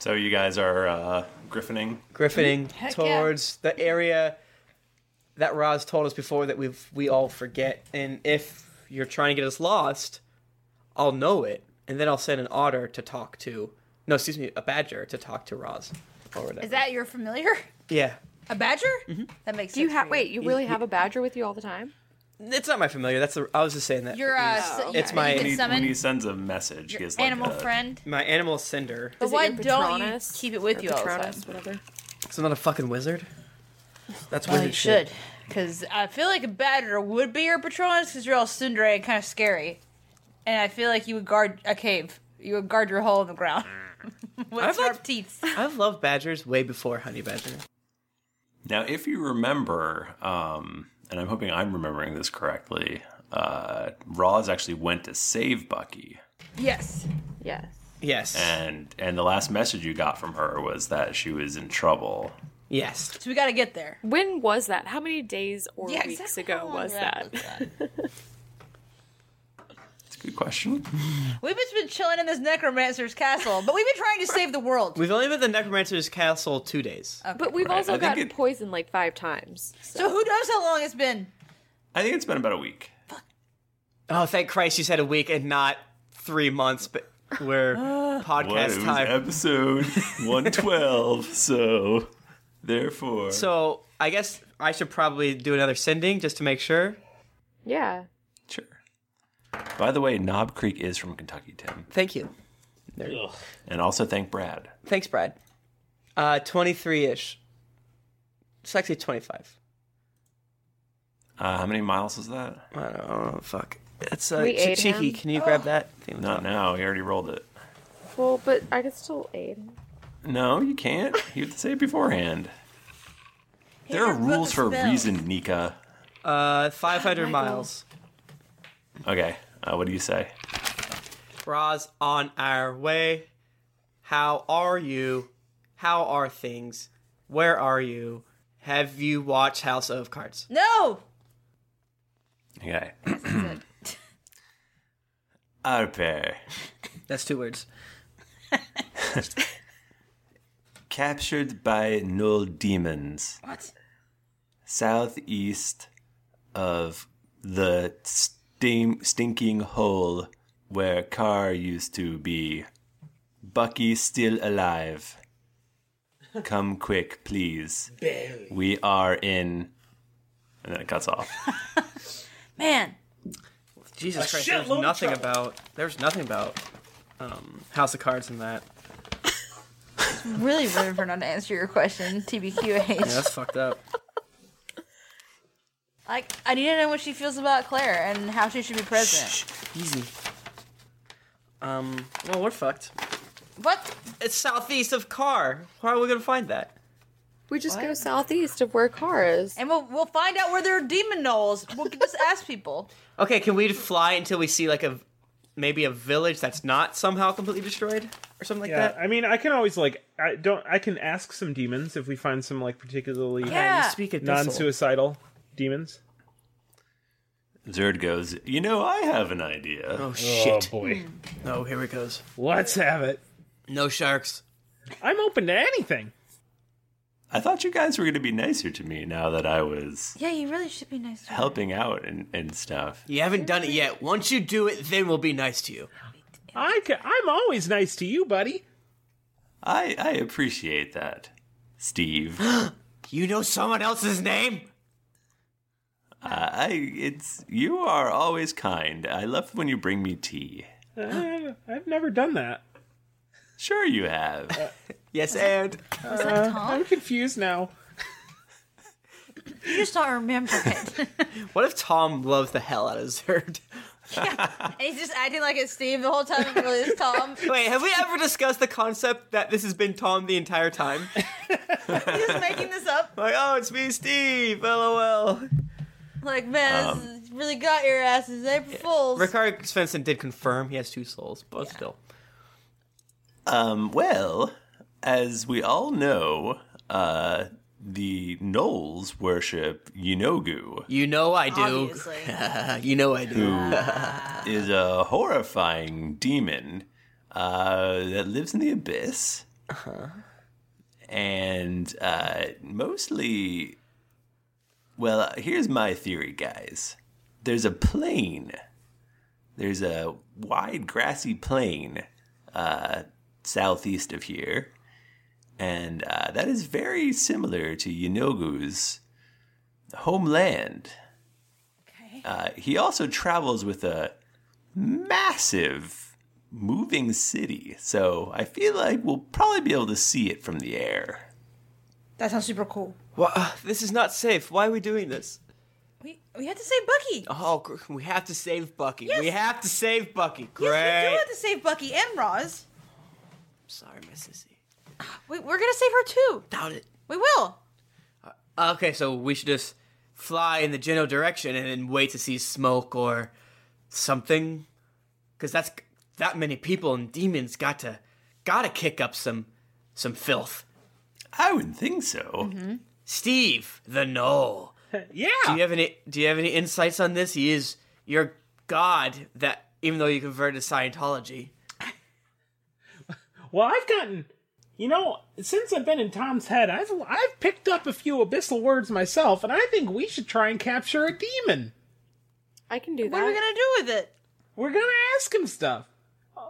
Speaker 1: So you guys are uh, griffining.
Speaker 5: Griffining
Speaker 1: Heck yeah.
Speaker 5: towards the area that Roz told us before that we have we all forget. And if you're trying to get us lost, I'll know it, and then I'll send an otter to talk to. No, excuse me, a badger to talk to Roz. Or whatever.
Speaker 4: Is that your familiar?
Speaker 5: Yeah,
Speaker 4: A badger? That makes
Speaker 2: Do you have? Wait, you really have a badger with you all the time?
Speaker 5: it's not my familiar. That's the, I was just saying that.
Speaker 2: Your, uh, s-
Speaker 5: it's
Speaker 2: you
Speaker 5: my
Speaker 2: can When he- summon
Speaker 1: when he sends a message,
Speaker 5: your
Speaker 1: he has like uh,
Speaker 4: animal
Speaker 1: a-
Speaker 4: friend.
Speaker 5: My animal cinder.
Speaker 4: But why don't you
Speaker 2: Patronus?
Speaker 4: keep it with
Speaker 2: Or
Speaker 4: you all the time?
Speaker 2: Patronus, whatever.
Speaker 5: So I'm not a fucking wizard. That's
Speaker 4: Well,
Speaker 5: wizard
Speaker 4: you
Speaker 5: shit.
Speaker 4: should, because I feel like a badger would be your patronus because you're all tsundere and kind of scary, and I feel like you would guard a cave. You would guard your hole in the ground with
Speaker 5: I've,
Speaker 4: sharp teeth.
Speaker 5: I've loved badgers way before honey badger.
Speaker 1: Now, if you remember, um, and I'm hoping I'm remembering this correctly, uh, Roz actually went to save Bucky,
Speaker 4: Yes.
Speaker 2: Yes.
Speaker 5: Yes.
Speaker 1: and and the last message you got from her was that she was in trouble.
Speaker 5: Yes.
Speaker 4: So we got to get there.
Speaker 2: When was that? How many days or
Speaker 4: Yeah,
Speaker 2: weeks
Speaker 4: exactly how
Speaker 2: ago
Speaker 4: long
Speaker 2: was
Speaker 4: that
Speaker 2: that?
Speaker 1: Good question.
Speaker 4: We've just been chilling in this necromancer's castle, but we've been trying to save the world.
Speaker 5: We've only been at the necromancer's castle two days.
Speaker 2: But we've
Speaker 5: Right, I
Speaker 2: also
Speaker 5: think
Speaker 2: gotten
Speaker 5: it-
Speaker 2: poisoned like five times.
Speaker 4: So who knows how long it's been?
Speaker 1: I think it's been about a week.
Speaker 5: Oh, thank Christ you said a week and not three months, but we're
Speaker 1: What? It
Speaker 5: podcast
Speaker 1: was
Speaker 5: time.
Speaker 1: episode 112. so, therefore,
Speaker 5: So I guess I should probably do another sending just to make sure.
Speaker 2: Yeah.
Speaker 1: Sure. By the way, Knob Creek is from Kentucky, Tim.
Speaker 5: Thank you. There.
Speaker 1: And also thank Brad.
Speaker 5: Thanks, Brad. Uh, 23 ish. It's actually 25.
Speaker 1: Uh, how many miles is that?
Speaker 5: I don't know. Oh, Fuck. It's
Speaker 2: uh, We che- ate cheeky. him. Can you grab
Speaker 5: that?
Speaker 1: Not now. He already rolled it.
Speaker 2: Well, but I could still aid.
Speaker 1: No, you can't. You have to say it beforehand. there are rules for a
Speaker 2: spell.
Speaker 1: reason, Nika.
Speaker 5: Uh, 500 miles.
Speaker 1: Okay. Uh, what do you say?
Speaker 5: Roz, on our way. How are you? How are things? Where are you? Have you watched House of Cards?
Speaker 4: No.
Speaker 1: Okay. Arpe.
Speaker 5: That's two words.
Speaker 1: Captured by null demons.
Speaker 4: What?
Speaker 1: Southeast of the stin- stinking hole where Carr used to be. Bucky still alive. Come quick, please.
Speaker 4: Barely.
Speaker 1: We are in. And then it cuts off.
Speaker 4: Man.
Speaker 5: Jesus
Speaker 4: A
Speaker 5: Christ, there's
Speaker 4: shitload of
Speaker 5: nothing
Speaker 4: trouble.
Speaker 5: about there's nothing about um, House of Cards in that.
Speaker 4: Really rude for not to answer your question, TBQH.
Speaker 5: Yeah, that's fucked up.
Speaker 4: Like, I need to know what she feels about Claire and how she should be president.
Speaker 5: Easy. Um, well, we're fucked.
Speaker 4: What?
Speaker 5: It's southeast of Carr. How are we gonna find that?
Speaker 2: We just go southeast of where Car is.
Speaker 4: And we'll, we'll find out where there are demon knolls. We'll just ask people.
Speaker 5: Okay, can we fly until we see like a maybe a village that's not somehow completely destroyed or something like
Speaker 3: yeah,
Speaker 5: that?
Speaker 3: I mean, I can always like I don't. I can ask some demons if we find some like particularly
Speaker 5: Yeah, you Yeah. speak abyssal.
Speaker 3: non-suicidal demons.
Speaker 1: Zerd goes, You know, I have an idea.
Speaker 5: Oh shit! Oh, here it goes.
Speaker 3: Let's have it.
Speaker 5: No sharks.
Speaker 3: I'm open to anything.
Speaker 1: I thought you guys were going to be nicer to me now that I was
Speaker 4: Yeah, you really should be nice.
Speaker 1: helping out and, and stuff.
Speaker 5: You haven't done it yet. Once you do it, then we'll be nice to you.
Speaker 3: I ca I'm always nice to you, buddy.
Speaker 1: I, I appreciate that, Steve.
Speaker 5: you know someone else's name?
Speaker 1: Uh, I it's you are always kind. I love when you bring me tea.
Speaker 3: Uh, I've never done that.
Speaker 1: Sure, you have.
Speaker 5: yes, and.
Speaker 3: Uh, I'm confused now.
Speaker 4: You just don't remember it.
Speaker 5: What if Tom loves the hell out of Zerd?
Speaker 4: and he's just acting like it's Steve the whole time. It really is Tom.
Speaker 5: Wait, have we ever discussed the concept that this has been Tom the entire time?
Speaker 4: He's making this up.
Speaker 5: Like, oh, it's me, Steve. LOL.
Speaker 4: Like, man, this is really got your asses. April Fools.
Speaker 5: Ricardo Svensson did confirm he has two souls, but still.
Speaker 1: Um, well, as we all know, uh, the Knolls worship Yunogu.
Speaker 5: You know I do. Uh,
Speaker 1: Obviously.
Speaker 5: you know I do.
Speaker 1: Who is a horrifying demon uh, that lives in the abyss. And uh, mostly, well, here's my theory, guys. There's a plain there's a wide grassy plain uh, southeast of here, and uh, that is very similar to Yanogu's homeland. Okay. Uh, he also travels with a massive moving city, so I feel like we'll probably be able to see it from the air.
Speaker 4: That sounds super cool.
Speaker 5: Well, uh, this is not safe. Why are we doing this?
Speaker 4: We we had to save Bucky.
Speaker 5: Oh, gr- we have to save Bucky. We have to save Bucky. Great.
Speaker 4: Yes, we do have to save Bucky and Roz.
Speaker 5: Sorry, Miss Sissy.
Speaker 4: We, we're gonna save her too.
Speaker 5: Doubt it.
Speaker 4: We will.
Speaker 5: Okay, so we should just fly in the general direction and then wait to see smoke or something, because that's that many people and demons got to gotta kick up some some filth.
Speaker 1: I wouldn't think so.
Speaker 5: Steve the Knoll.
Speaker 3: yeah.
Speaker 5: Do you have any Do you have any insights on this? He is your god. That even though you converted to Scientology,
Speaker 3: Well, I've gotten, you know, since I've been in Tom's head, I've I've picked up a few abyssal words myself, and I think we should try and capture a demon.
Speaker 2: I can do
Speaker 4: What are we gonna do with it?
Speaker 3: We're gonna ask him stuff.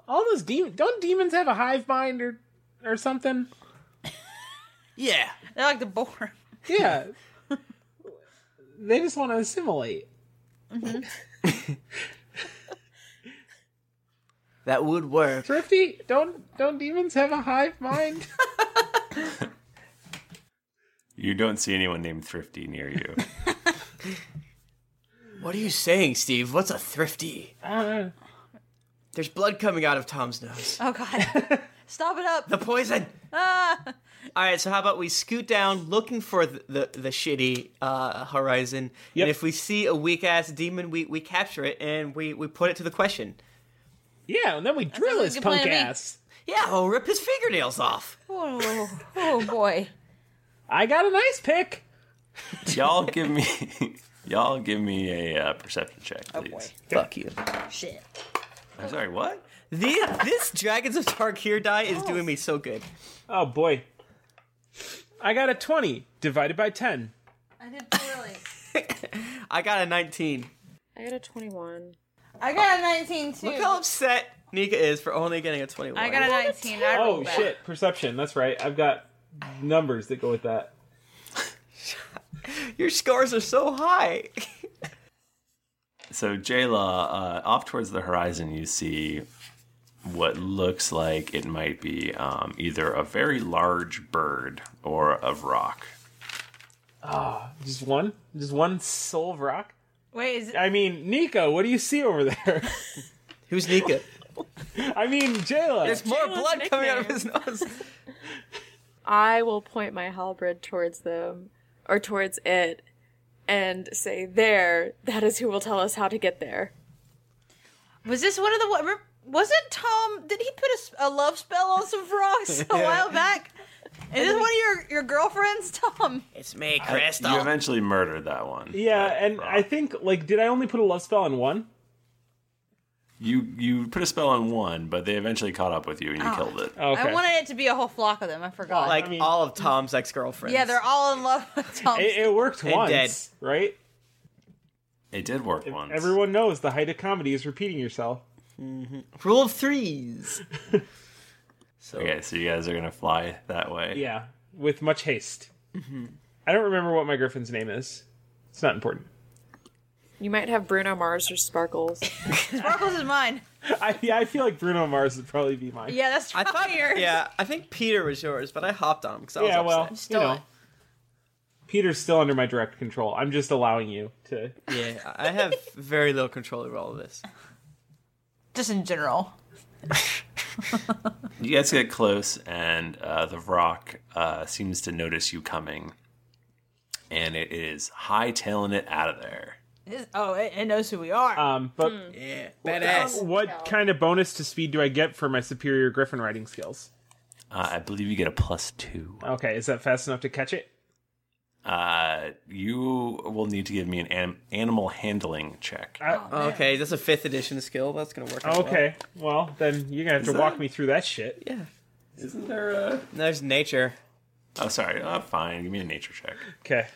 Speaker 3: All those demons don't demons have a hive mind or or something?
Speaker 5: yeah,
Speaker 4: they're like the boar.
Speaker 3: Yeah, they just want to assimilate.
Speaker 5: that would work.
Speaker 3: Thrifty, don't don't demons have a hive mind?
Speaker 1: You don't see anyone named Thrifty near you.
Speaker 5: What are you saying, Steve? What's a thrifty? There's blood coming out of Tom's nose.
Speaker 4: Oh God! Stop it up.
Speaker 5: The poison.
Speaker 4: Ah.
Speaker 5: All right, so how about we scoot down, looking for the the, the shitty uh, horizon, and if we see a weak ass demon, we, we capture it and we, we put it to the question.
Speaker 3: Yeah, and then we
Speaker 4: drill sounds his like a good plan punk to me. ass.
Speaker 5: Yeah, we'll rip his fingernails off.
Speaker 4: Oh, oh boy.
Speaker 3: I got a nice pick.
Speaker 1: y'all give me, y'all give me a uh, perception check, please.
Speaker 5: Fuck you.
Speaker 4: Shit.
Speaker 1: I'm sorry. What?
Speaker 5: The, this Dragons of Tarkir die is doing me so good.
Speaker 3: Oh boy, I got a twenty divided by ten.
Speaker 4: I did poorly.
Speaker 5: I got a 19.
Speaker 2: I got a 21.
Speaker 4: I got a 19 too.
Speaker 5: Look how upset Nika is for only getting a 21.
Speaker 4: I got a 19. I
Speaker 3: Oh
Speaker 4: rolled bad.
Speaker 3: shit, perception. That's right. I've got numbers that go with that.
Speaker 5: Your scores are so high.
Speaker 1: So, Jayla, uh, off towards the horizon, you see what looks like it might be um, either a very large bird or a rock.
Speaker 3: Ah, just one, just one soul of rock.
Speaker 4: Wait, is it?
Speaker 3: I mean, Nico, what do you see over there?
Speaker 5: Who's Nika?
Speaker 3: I mean, Jayla.
Speaker 5: There's more
Speaker 2: Jayla's
Speaker 5: blood coming out of his
Speaker 2: nickname.
Speaker 5: nose.
Speaker 2: I will point my halberd towards them, or towards it, and say, There, that is who will tell us how to get there.
Speaker 4: Was this one of the? wa- Wasn't Tom? Did he put a s- a, love spell on some frogs a while back? Is this one of your your girlfriends, Tom?
Speaker 5: It's me,
Speaker 1: You eventually murder that one.
Speaker 3: yeah, and I think like, did I only put a love spell on one?
Speaker 1: You you put a spell on one, but they eventually caught up with you and you
Speaker 4: Oh.
Speaker 1: killed it.
Speaker 4: I wanted it to be a whole flock of them. I forgot.
Speaker 5: like all of Tom's ex girlfriends.
Speaker 4: yeah, they're all in love with Tom.
Speaker 3: It, it worked
Speaker 5: And
Speaker 3: once,
Speaker 5: dead.
Speaker 3: right?
Speaker 1: It did work once.
Speaker 3: Everyone knows the height of comedy is repeating yourself.
Speaker 5: Rule of threes.
Speaker 1: Okay, so you guys are gonna fly that way.
Speaker 3: Yeah, with much haste. I don't remember what my griffin's name is. It's not important.
Speaker 2: You might have Bruno Mars or Sparkles.
Speaker 4: Sparkles is mine.
Speaker 3: I, yeah, I feel like Bruno Mars would probably be mine.
Speaker 4: Yeah, that's
Speaker 5: I thought
Speaker 4: yours.
Speaker 5: Yeah, I think Peter was yours, but I hopped on him because I was
Speaker 3: yeah,
Speaker 5: upset.
Speaker 3: well, you know, Peter's still under my direct control. I'm just allowing you to.
Speaker 5: Yeah, I have very little control over all of this.
Speaker 4: Just in general.
Speaker 1: You guys get close, and uh, the rock uh, seems to notice you coming, and it is hightailing it out of there.
Speaker 4: It's- oh, it, it knows who we are.
Speaker 3: Um, but
Speaker 11: yeah,
Speaker 3: What, kind of bonus to speed do I get for my superior Griffin riding skills?
Speaker 1: Uh, I believe you get a plus two.
Speaker 3: Okay, is that fast enough to catch it?
Speaker 1: Uh, you will need to give me an anim- animal handling check.
Speaker 3: Uh,
Speaker 5: okay, that's a fifth edition skill. That's gonna work. Out
Speaker 3: Oh, Okay, well then you're gonna have
Speaker 5: Is
Speaker 3: to walk
Speaker 5: that-
Speaker 3: me through that shit.
Speaker 5: Yeah. Isn't
Speaker 1: there a?
Speaker 5: There's nature.
Speaker 1: Oh, sorry. I'm fine. Give me a nature check.
Speaker 3: Okay.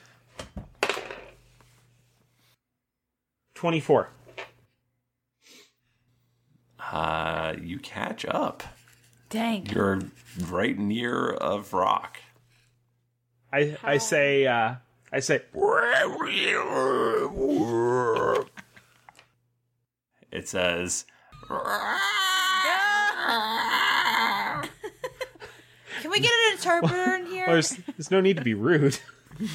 Speaker 3: Twenty-four.
Speaker 1: Uh, you catch up.
Speaker 4: Dang.
Speaker 1: You're right near of rock.
Speaker 3: I I say uh, I say
Speaker 1: It says,
Speaker 4: Can we get an interpreter in here?
Speaker 3: Well, there's, there's no need to be rude.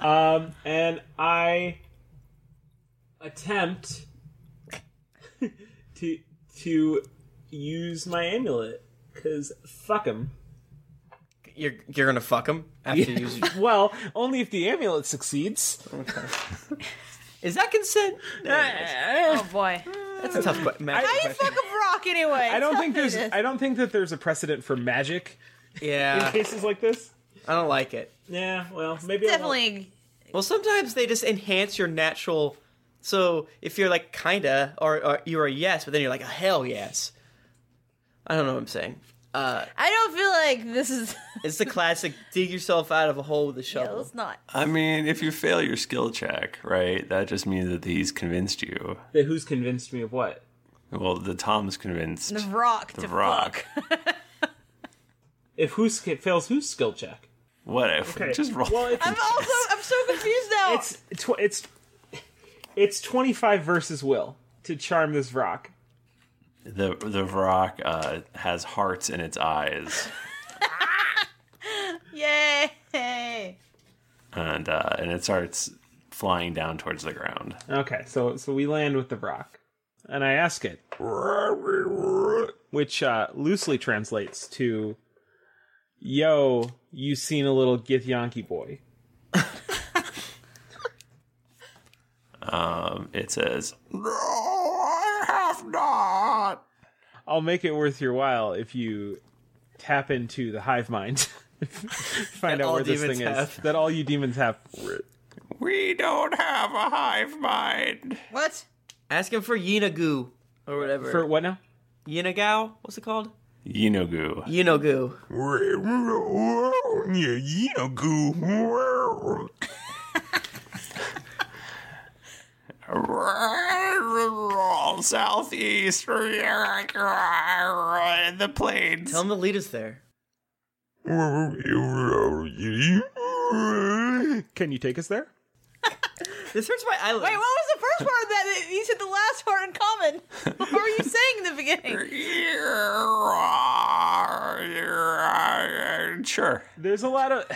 Speaker 3: um, and I attempt to to use my amulet because fuck him.
Speaker 5: You're you're gonna fuck him after you use. Your...
Speaker 3: well, only if the amulet succeeds. Okay.
Speaker 5: Is that consent?
Speaker 4: oh boy,
Speaker 5: that's a tough que- magic
Speaker 4: How you
Speaker 5: question.
Speaker 4: fuck a rock anyway?
Speaker 3: I don't
Speaker 4: Tell
Speaker 3: think
Speaker 4: me
Speaker 3: there's
Speaker 4: this.
Speaker 3: I don't think that there's a precedent for magic in
Speaker 5: Yeah,
Speaker 3: cases like this.
Speaker 5: I don't like
Speaker 3: Uh,
Speaker 5: it.
Speaker 3: Yeah, well, maybe I won't.
Speaker 4: definitely.
Speaker 5: Well, sometimes they just enhance your natural. So if you're like kinda, or, or you're a yes, but then you're like a hell yes. I don't know what I'm saying. Uh,
Speaker 4: I don't feel like this is.
Speaker 5: it's the classic dig yourself out of a hole with a shovel.
Speaker 4: It's not.
Speaker 1: I mean, if you fail your skill check, right, that just means that he's convinced you.
Speaker 3: That who's convinced me of what?
Speaker 1: Well, the Tom's convinced.
Speaker 4: The rock
Speaker 1: The
Speaker 4: to
Speaker 1: rock.
Speaker 3: If who sk- fails whose skill check?
Speaker 1: What if? Just roll.
Speaker 3: Well, it's,
Speaker 4: I'm also. I'm so confused now.
Speaker 3: it's tw- it's it's 25 versus will to charm this rock.
Speaker 1: The the rock uh, has hearts in its eyes,
Speaker 4: Yay!
Speaker 1: and uh, and it starts flying down towards the ground.
Speaker 3: Okay, so so we land with the rock, and I ask it, which uh, loosely translates to, "Yo, you seen a little Githyanki boy?"
Speaker 1: Um, it says,
Speaker 3: I'll make it worth your while if you tap into the hive mind, find
Speaker 1: That
Speaker 3: out
Speaker 1: all
Speaker 3: where this
Speaker 1: demons
Speaker 3: thing is.
Speaker 1: have.
Speaker 3: That all you demons have.
Speaker 1: "We don't have a hive mind."
Speaker 4: What?
Speaker 5: Ask him for Yinagoo or whatever.
Speaker 3: For what now?
Speaker 5: Yinagao? What's it called?
Speaker 1: Yinogu.
Speaker 5: Yinogoo.
Speaker 1: Southeast. The plains.
Speaker 5: Tell him to lead us there.
Speaker 3: Can you take us there?
Speaker 5: This hurts my eyelid.
Speaker 4: Wait, what was the first part of that? You said the last part in common. What were you saying in the beginning?
Speaker 1: Sure.
Speaker 3: There's a lot of.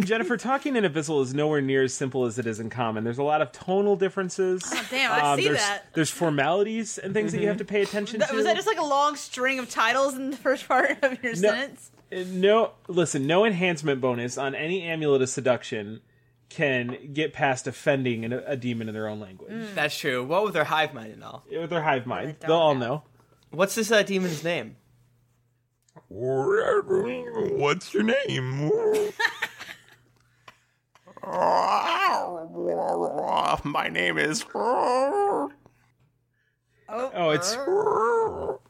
Speaker 3: Jennifer, talking in Abyssal is nowhere near as simple as it is in Common. There's a lot of tonal differences. Oh,
Speaker 4: damn, I see
Speaker 3: there's,
Speaker 4: that.
Speaker 3: There's formalities and things that you have to pay attention
Speaker 4: That,
Speaker 3: to.
Speaker 4: was that just like a long string of titles in the first part of your sentence?
Speaker 3: Uh, no listen no enhancement bonus on any amulet of seduction can get past offending an- a, demon in their own language
Speaker 4: Mm.
Speaker 5: That's true. What with their hive mind and all?
Speaker 3: with their hive mind they'll all know
Speaker 5: What's this uh, demon's name?
Speaker 12: What's your name?
Speaker 1: My name is. Oh,
Speaker 3: Oh, it's.
Speaker 5: What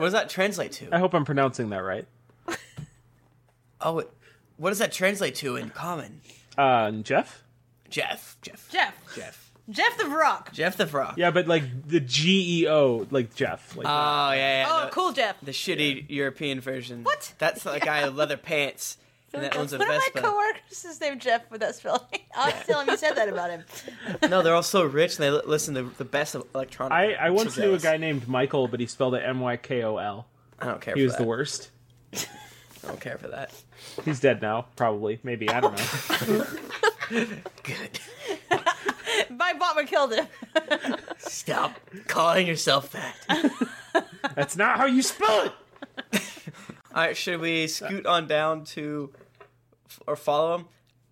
Speaker 5: does that translate to?
Speaker 3: i hope i'm pronouncing that right
Speaker 5: Oh, it, what does that translate to in common?
Speaker 3: uh, jeff
Speaker 5: Jeff. Jeff.
Speaker 4: Jeff.
Speaker 5: Jeff.
Speaker 4: Jeff the Rock.
Speaker 5: Jeff the Frog.
Speaker 3: yeah but like the geo like jeff like
Speaker 5: Oh yeah. yeah
Speaker 4: Oh,
Speaker 5: the,
Speaker 4: cool, Jeff.
Speaker 5: The shitty European version.
Speaker 4: What?
Speaker 5: That's the guy with leather pants. and that owns a
Speaker 4: One of my
Speaker 5: Vespa.
Speaker 4: coworkers is named Jeff with that spelling. I was telling him you said that about him.
Speaker 5: No, they're all so rich and they li- listen to the best of electronic.
Speaker 3: I, I once knew a
Speaker 5: jazz.
Speaker 3: guy named Michael, but he spelled it M Y K O L.
Speaker 5: I don't care
Speaker 3: He
Speaker 5: for
Speaker 3: was the
Speaker 5: that.
Speaker 3: worst.
Speaker 5: I don't care for that.
Speaker 3: He's dead now, probably. Maybe I don't know.
Speaker 4: My bomber killed him.
Speaker 5: Stop calling yourself that.
Speaker 3: That's not how you spell it.
Speaker 5: All right, should we scoot on down to f- or follow him?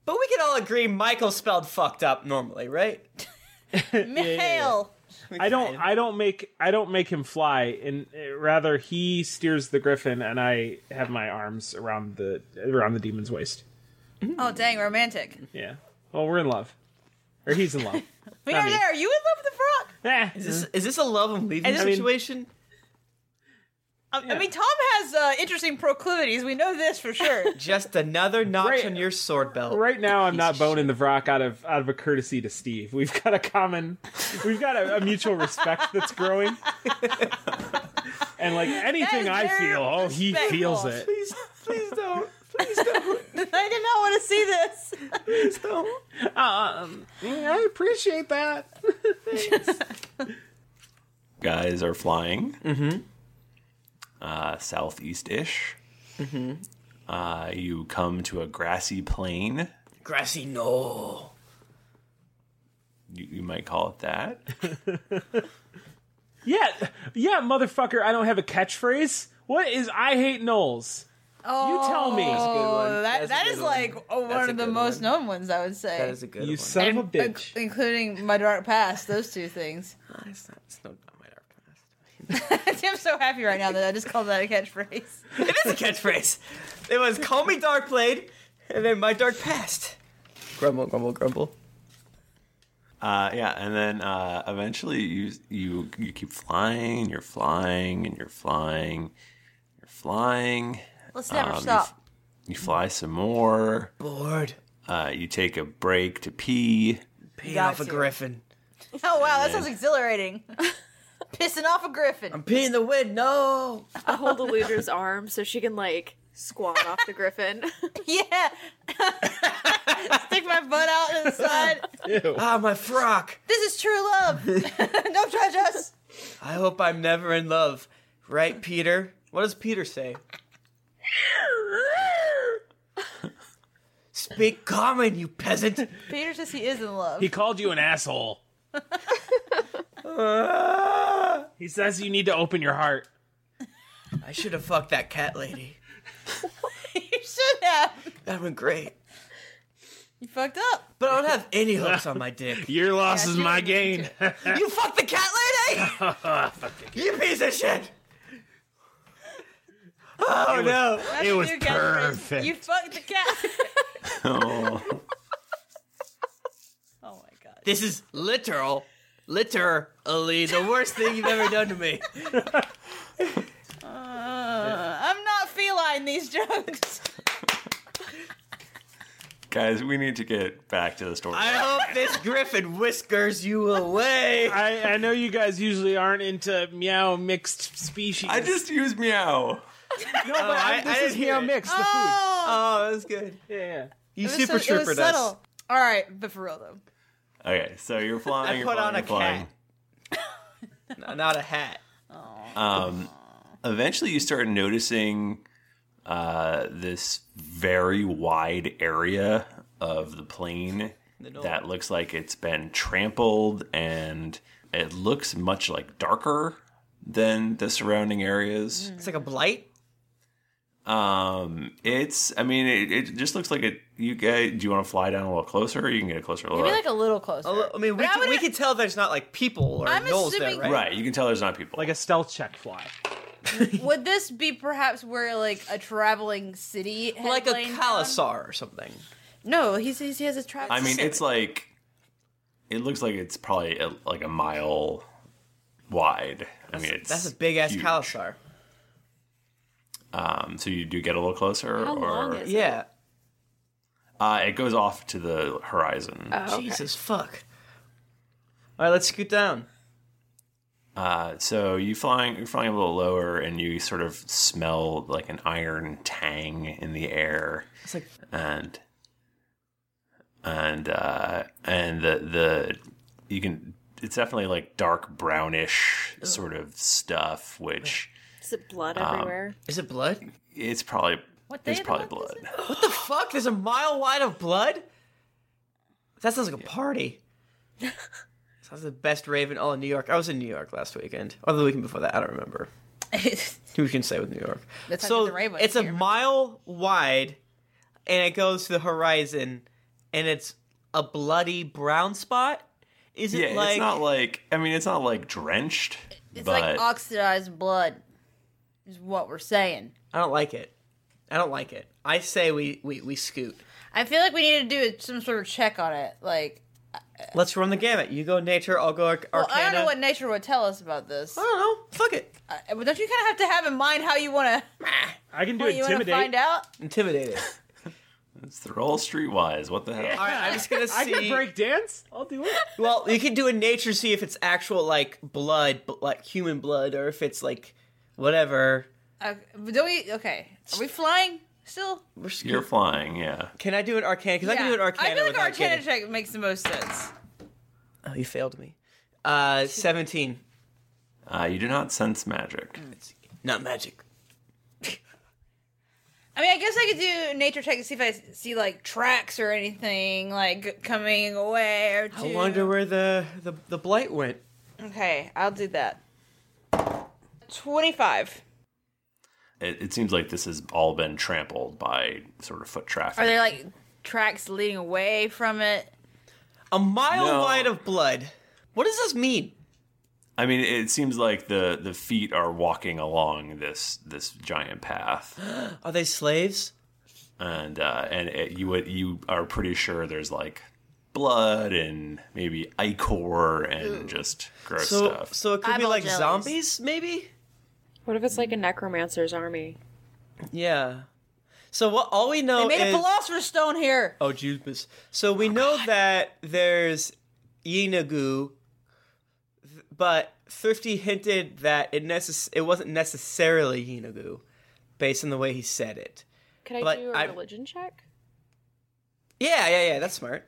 Speaker 5: But we can all agree Michael spelled fucked up normally, right?
Speaker 4: Michael.
Speaker 3: I don't. I don't make. I don't make him fly. And uh, rather, he steers the griffin, and I have my arms around the around the demon's waist.
Speaker 4: Oh dang, romantic.
Speaker 3: Yeah. Well, we're in love, or he's in love.
Speaker 4: We
Speaker 3: Not
Speaker 4: are
Speaker 3: me.
Speaker 4: there. Are you in love with the frog?
Speaker 3: Eh.
Speaker 5: Is this is this a love and leaving
Speaker 4: I mean-
Speaker 5: situation?
Speaker 4: I, I mean, Tom has uh, interesting proclivities. We know this for sure.
Speaker 5: Just another notch on your sword belt.
Speaker 3: Right now, I'm not boning the Vrock out of out of a courtesy to Steve. We've got a common, we've got a, a mutual respect that's growing. and like anything I feel, oh, he feels it.
Speaker 5: Please, please don't. Please
Speaker 4: don't. I did not want to see this.
Speaker 5: Please don't.
Speaker 3: Um, I appreciate that.
Speaker 1: guys are flying mm-hmm. uh, southeast-ish.
Speaker 5: Mm-hmm.
Speaker 1: Uh, you come to a grassy plain.
Speaker 5: Grassy knoll.
Speaker 1: You, you might call it that.
Speaker 3: Yeah, yeah, motherfucker. I don't have a catchphrase. What is I hate Knowles?
Speaker 4: Oh,
Speaker 3: tell me. That's a good
Speaker 4: that-
Speaker 3: one. That's a
Speaker 4: that
Speaker 3: good
Speaker 4: is
Speaker 3: one.
Speaker 4: like oh, one
Speaker 3: That's a
Speaker 4: of the
Speaker 3: good
Speaker 4: most known ones, I would say.
Speaker 3: You son of a bitch.
Speaker 4: Inc- including my dark past, those two things.
Speaker 5: It's not, it's not my
Speaker 4: dark past. I'm so happy right now that I just called that a catchphrase.
Speaker 5: It is a catchphrase. It was "Call me dark blade," and then my dark past. Grumble, grumble, grumble.
Speaker 1: Uh, yeah, and then uh, eventually you you you keep flying, you're flying, and you're flying, you're flying.
Speaker 4: Let's never
Speaker 3: Um,
Speaker 1: you f-
Speaker 4: stop.
Speaker 1: You, fly some more.
Speaker 5: Bored.
Speaker 1: Uh, you take a break to pee.
Speaker 5: Peeing off a griffin.
Speaker 4: Oh wow, that sounds exhilarating. Pissing off a griffin. I'm
Speaker 5: peeing the wind. No.
Speaker 2: I hold Eluder's arm so she can like squat off the griffin.
Speaker 4: yeah. Stick my butt out to the side.
Speaker 5: Ah, my frock.
Speaker 4: This is true love. Don't judge us.
Speaker 5: I hope I'm never in love. Right, Peter? What does Peter say? Speak common, you peasant.
Speaker 4: Peter says he is in love.
Speaker 3: He called you an asshole. he says you need to open your heart.
Speaker 5: I should have fucked that cat lady.
Speaker 4: you should have.
Speaker 5: That went great.
Speaker 4: You fucked up.
Speaker 5: But I don't have any hooks on my dick.
Speaker 3: Your loss is my gain.
Speaker 5: You fucked the cat lady! You piece of shit! Oh
Speaker 3: It was-
Speaker 5: no!
Speaker 3: it was That's a new catchphrase. perfect.
Speaker 4: You fucked the cat.
Speaker 1: Oh.
Speaker 4: Oh
Speaker 5: This is literal, literally the worst thing you've ever done to me.
Speaker 4: Uh, I'm not feline these jokes.
Speaker 1: Guys, we need to get back to the story.
Speaker 5: I hope this griffin whiskers you away.
Speaker 3: I, I know you guys usually aren't into meow mixed species.
Speaker 1: I just use meow.
Speaker 3: No, but I, this is meow mixed. The food.
Speaker 5: Oh, that was good.
Speaker 3: Yeah.
Speaker 5: You
Speaker 4: It was
Speaker 5: super
Speaker 4: so- it
Speaker 5: trooper
Speaker 4: was
Speaker 5: does.
Speaker 4: subtle. All right, but for real though.
Speaker 1: Okay, so you're flying.
Speaker 5: I
Speaker 1: you're
Speaker 5: put
Speaker 1: flying,
Speaker 5: on a
Speaker 1: you're flying.
Speaker 5: N- Not a hat.
Speaker 1: Um, eventually, you start noticing uh, this very wide area of the plane that looks like it's been trampled, and it looks much like darker than the surrounding areas.
Speaker 5: It's like a blight.
Speaker 4: Mm.
Speaker 1: Um, it's. I mean, it, it just looks like it. You guys, do you want to fly down a little closer? Or you can get a closer look.
Speaker 4: Maybe like a little closer.
Speaker 5: I mean, we can, we can tell there's not like people or
Speaker 4: I'm
Speaker 5: gnolls
Speaker 4: assuming-
Speaker 5: there, right?
Speaker 1: Right, you can tell there's not people.
Speaker 3: Like a stealth check fly.
Speaker 4: Would this be perhaps where like a traveling city, had
Speaker 5: Like a
Speaker 4: lain
Speaker 5: Kalasar or something.
Speaker 4: down? No, he says he has a travel.
Speaker 1: I mean, it's like it looks like it's probably a, like a mile wide. I mean, it's
Speaker 5: That's a big ass Kalasar.
Speaker 1: um. So you do get a little closer, or
Speaker 5: yeah.
Speaker 1: Uh, it goes off to the
Speaker 5: Oh.
Speaker 1: horizon.
Speaker 5: Jesus fuck. All right, let's scoot down.
Speaker 1: Uh, so you flying, you're flying a little lower, and you sort of smell like an iron tang in the air.
Speaker 5: It's like-
Speaker 1: and and uh, and the the you can it's definitely like dark brownish sort of stuff, which
Speaker 2: Is it blood
Speaker 1: Um,
Speaker 2: everywhere?
Speaker 5: Is it blood?
Speaker 1: it's probably
Speaker 2: What
Speaker 1: it's
Speaker 2: day of the
Speaker 1: probably blood.
Speaker 5: What the fuck? There's a mile wide of blood? That sounds like a party. sounds the best raven all in New York. I was in New York last weekend. Or the weekend before that, I don't remember. Who can say with New York?
Speaker 4: That's
Speaker 5: so
Speaker 4: like the raven.
Speaker 5: it's a mile wide and it goes to the horizon and it's a bloody brown spot. Is it
Speaker 1: yeah,
Speaker 5: like
Speaker 1: it's not like I mean, it's not like drenched,
Speaker 4: It's
Speaker 1: but
Speaker 4: like oxidized blood, is what we're saying.
Speaker 5: I don't like it. I don't like it. I say we, we, we scoot.
Speaker 4: I feel like we need to do some sort of check on it. Like,
Speaker 5: Let's run the gamut. You go nature, I'll go arc-
Speaker 4: well,
Speaker 5: arcana.
Speaker 4: I don't know what nature would tell us about this. I
Speaker 5: don't know. Fuck it.
Speaker 4: but don't you kind of have to have in mind how you want to?
Speaker 3: I can
Speaker 1: do
Speaker 4: You want to
Speaker 1: intimidate.
Speaker 4: find out?
Speaker 5: Intimidate it.
Speaker 1: it's the roll streetwise. What the hell?
Speaker 5: All right, I'm just gonna see.
Speaker 3: I can break dance. I'll do it.
Speaker 5: Well, you can do a nature see if it's actual like blood, b- like human blood, or if it's like whatever.
Speaker 4: Okay, but don't Uh, we? Okay, are we flying still?
Speaker 5: We're sc-
Speaker 1: You're flying, yeah.
Speaker 5: Can I do an arcana? Because I can
Speaker 4: Yeah.
Speaker 5: do an arcana.
Speaker 4: I feel like
Speaker 5: without
Speaker 4: arcana
Speaker 5: getting-
Speaker 4: check makes the most sense.
Speaker 5: Oh, you failed me. Uh, seventeen.
Speaker 1: Uh, you do not sense magic.
Speaker 5: Not magic.
Speaker 4: I mean, I guess I could do nature check to see if I see like tracks or anything like coming away or.
Speaker 5: I
Speaker 4: to-
Speaker 5: wonder where the, the the blight went.
Speaker 4: Okay, I'll do that. Twenty-five.
Speaker 1: It, it seems like this has all been trampled by sort of foot traffic.
Speaker 4: Are there like tracks leading away from it?
Speaker 5: A mile
Speaker 1: No.
Speaker 5: wide of blood. What does this mean?
Speaker 1: I mean, it seems like the the feet are walking along this this giant path,
Speaker 5: Are they slaves?
Speaker 1: and uh, and it, you would you are pretty sure there's like blood and maybe ichor and just gross
Speaker 5: so
Speaker 1: stuff.
Speaker 5: so it could be
Speaker 2: Eyeball
Speaker 5: like
Speaker 2: jellies.
Speaker 5: zombies, maybe.
Speaker 2: What if it's like a necromancer's army?
Speaker 5: Yeah. So what? All we know
Speaker 4: They made
Speaker 5: is
Speaker 4: a philosopher's stone here.
Speaker 5: Oh, Jubus. So
Speaker 4: Oh,
Speaker 5: we know that there's Yinagu, th- but Thrifty hinted that it necess- it wasn't necessarily Yinagu, based on the way he said it.
Speaker 2: Could I
Speaker 5: But
Speaker 2: do a
Speaker 5: I-
Speaker 2: religion check
Speaker 5: Yeah, yeah, yeah. That's smart.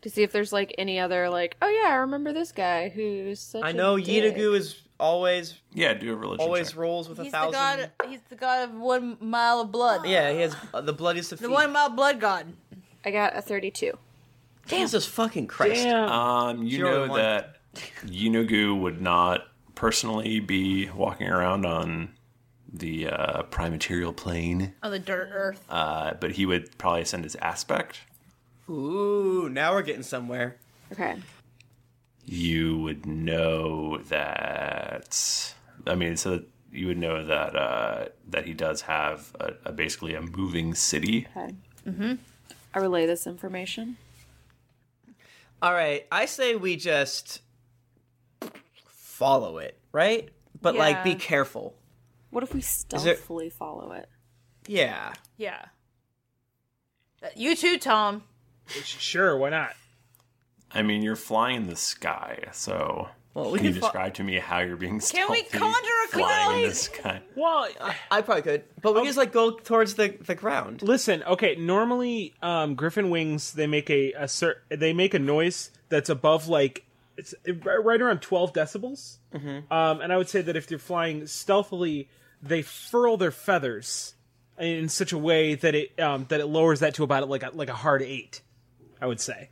Speaker 2: to see if there's like any other like? Oh yeah, I remember this guy who's such.
Speaker 5: I know Yinagu is always
Speaker 1: yeah, do a religion
Speaker 5: always
Speaker 1: check.
Speaker 5: rolls with a
Speaker 4: He's the
Speaker 5: thousand.
Speaker 4: god. He's the god of one mile of blood.
Speaker 5: Yeah, he has uh, the bloodiest of
Speaker 4: The
Speaker 5: feet.
Speaker 4: one mile blood god.
Speaker 2: I got a thirty-two.
Speaker 5: Jesus fucking Christ!
Speaker 1: Um, you
Speaker 5: Zero and
Speaker 1: know
Speaker 5: one.
Speaker 1: that Yunugu would not personally be walking around on the uh, primaterial plane,
Speaker 4: On Oh, the dirt earth.
Speaker 1: uh, but he would probably send his aspect.
Speaker 5: Ooh, now we're getting somewhere.
Speaker 2: Okay.
Speaker 1: You would know that. I mean, so you would know that uh, that he does have a, a basically a moving city.
Speaker 2: Okay. Mm-hmm. I relay this information.
Speaker 5: All right, I say we just follow it, right? But like, be
Speaker 2: Yeah.
Speaker 5: careful.
Speaker 2: What if we
Speaker 5: there-
Speaker 2: stealthily follow it?
Speaker 5: Yeah.
Speaker 4: Yeah. Uh, You too, Tom.
Speaker 3: Sure, why not?
Speaker 1: I mean, you're flying in the sky, so
Speaker 5: Well,
Speaker 3: we
Speaker 1: can you
Speaker 3: can fly-
Speaker 1: describe to me how you're being
Speaker 4: Can we
Speaker 1: stealthy
Speaker 4: conjure a
Speaker 1: flying in the
Speaker 3: cloud?
Speaker 1: sky?
Speaker 3: Well, I,
Speaker 5: probably could, but we just like go towards the the ground.
Speaker 3: Listen, okay. Normally, um, griffin wings they make a, a cer- they make a noise that's above like it's right around twelve decibels.
Speaker 5: Mhm.
Speaker 3: Um, and I would say that if they're flying stealthily, they furl their feathers in such a way that it um, that it lowers that to about like a, like a hard eight. I would say,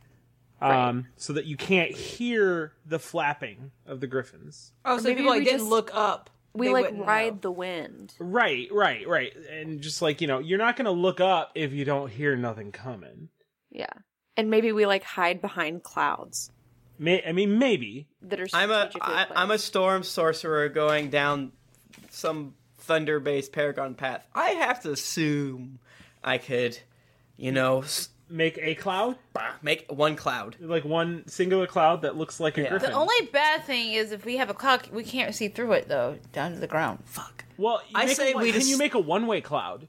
Speaker 3: um, so that you can't hear the flapping of the griffins.
Speaker 4: Oh,
Speaker 2: so people, like, didn't look
Speaker 4: up.
Speaker 2: We
Speaker 4: They
Speaker 2: like
Speaker 4: wouldn't
Speaker 2: ride the wind.
Speaker 3: Right, right, right. And just like you know, you're not gonna look up if you don't hear nothing coming.
Speaker 2: Yeah. And maybe we like hide behind clouds
Speaker 3: May- I mean, maybe.
Speaker 2: that are
Speaker 5: I'm a
Speaker 2: strategically
Speaker 5: I, I'm a storm sorcerer going down some thunder based paragon path. I have to assume I could, you know, s-
Speaker 3: make a cloud,
Speaker 5: make one cloud,
Speaker 3: like one singular cloud that looks like a griffin.
Speaker 4: The only bad thing is if we have a clock, we can't see through it though, down to the ground.
Speaker 5: Fuck.
Speaker 3: well,
Speaker 4: I
Speaker 3: make a
Speaker 4: say
Speaker 3: one-
Speaker 4: we
Speaker 3: can
Speaker 4: just-
Speaker 3: you make a one-way cloud?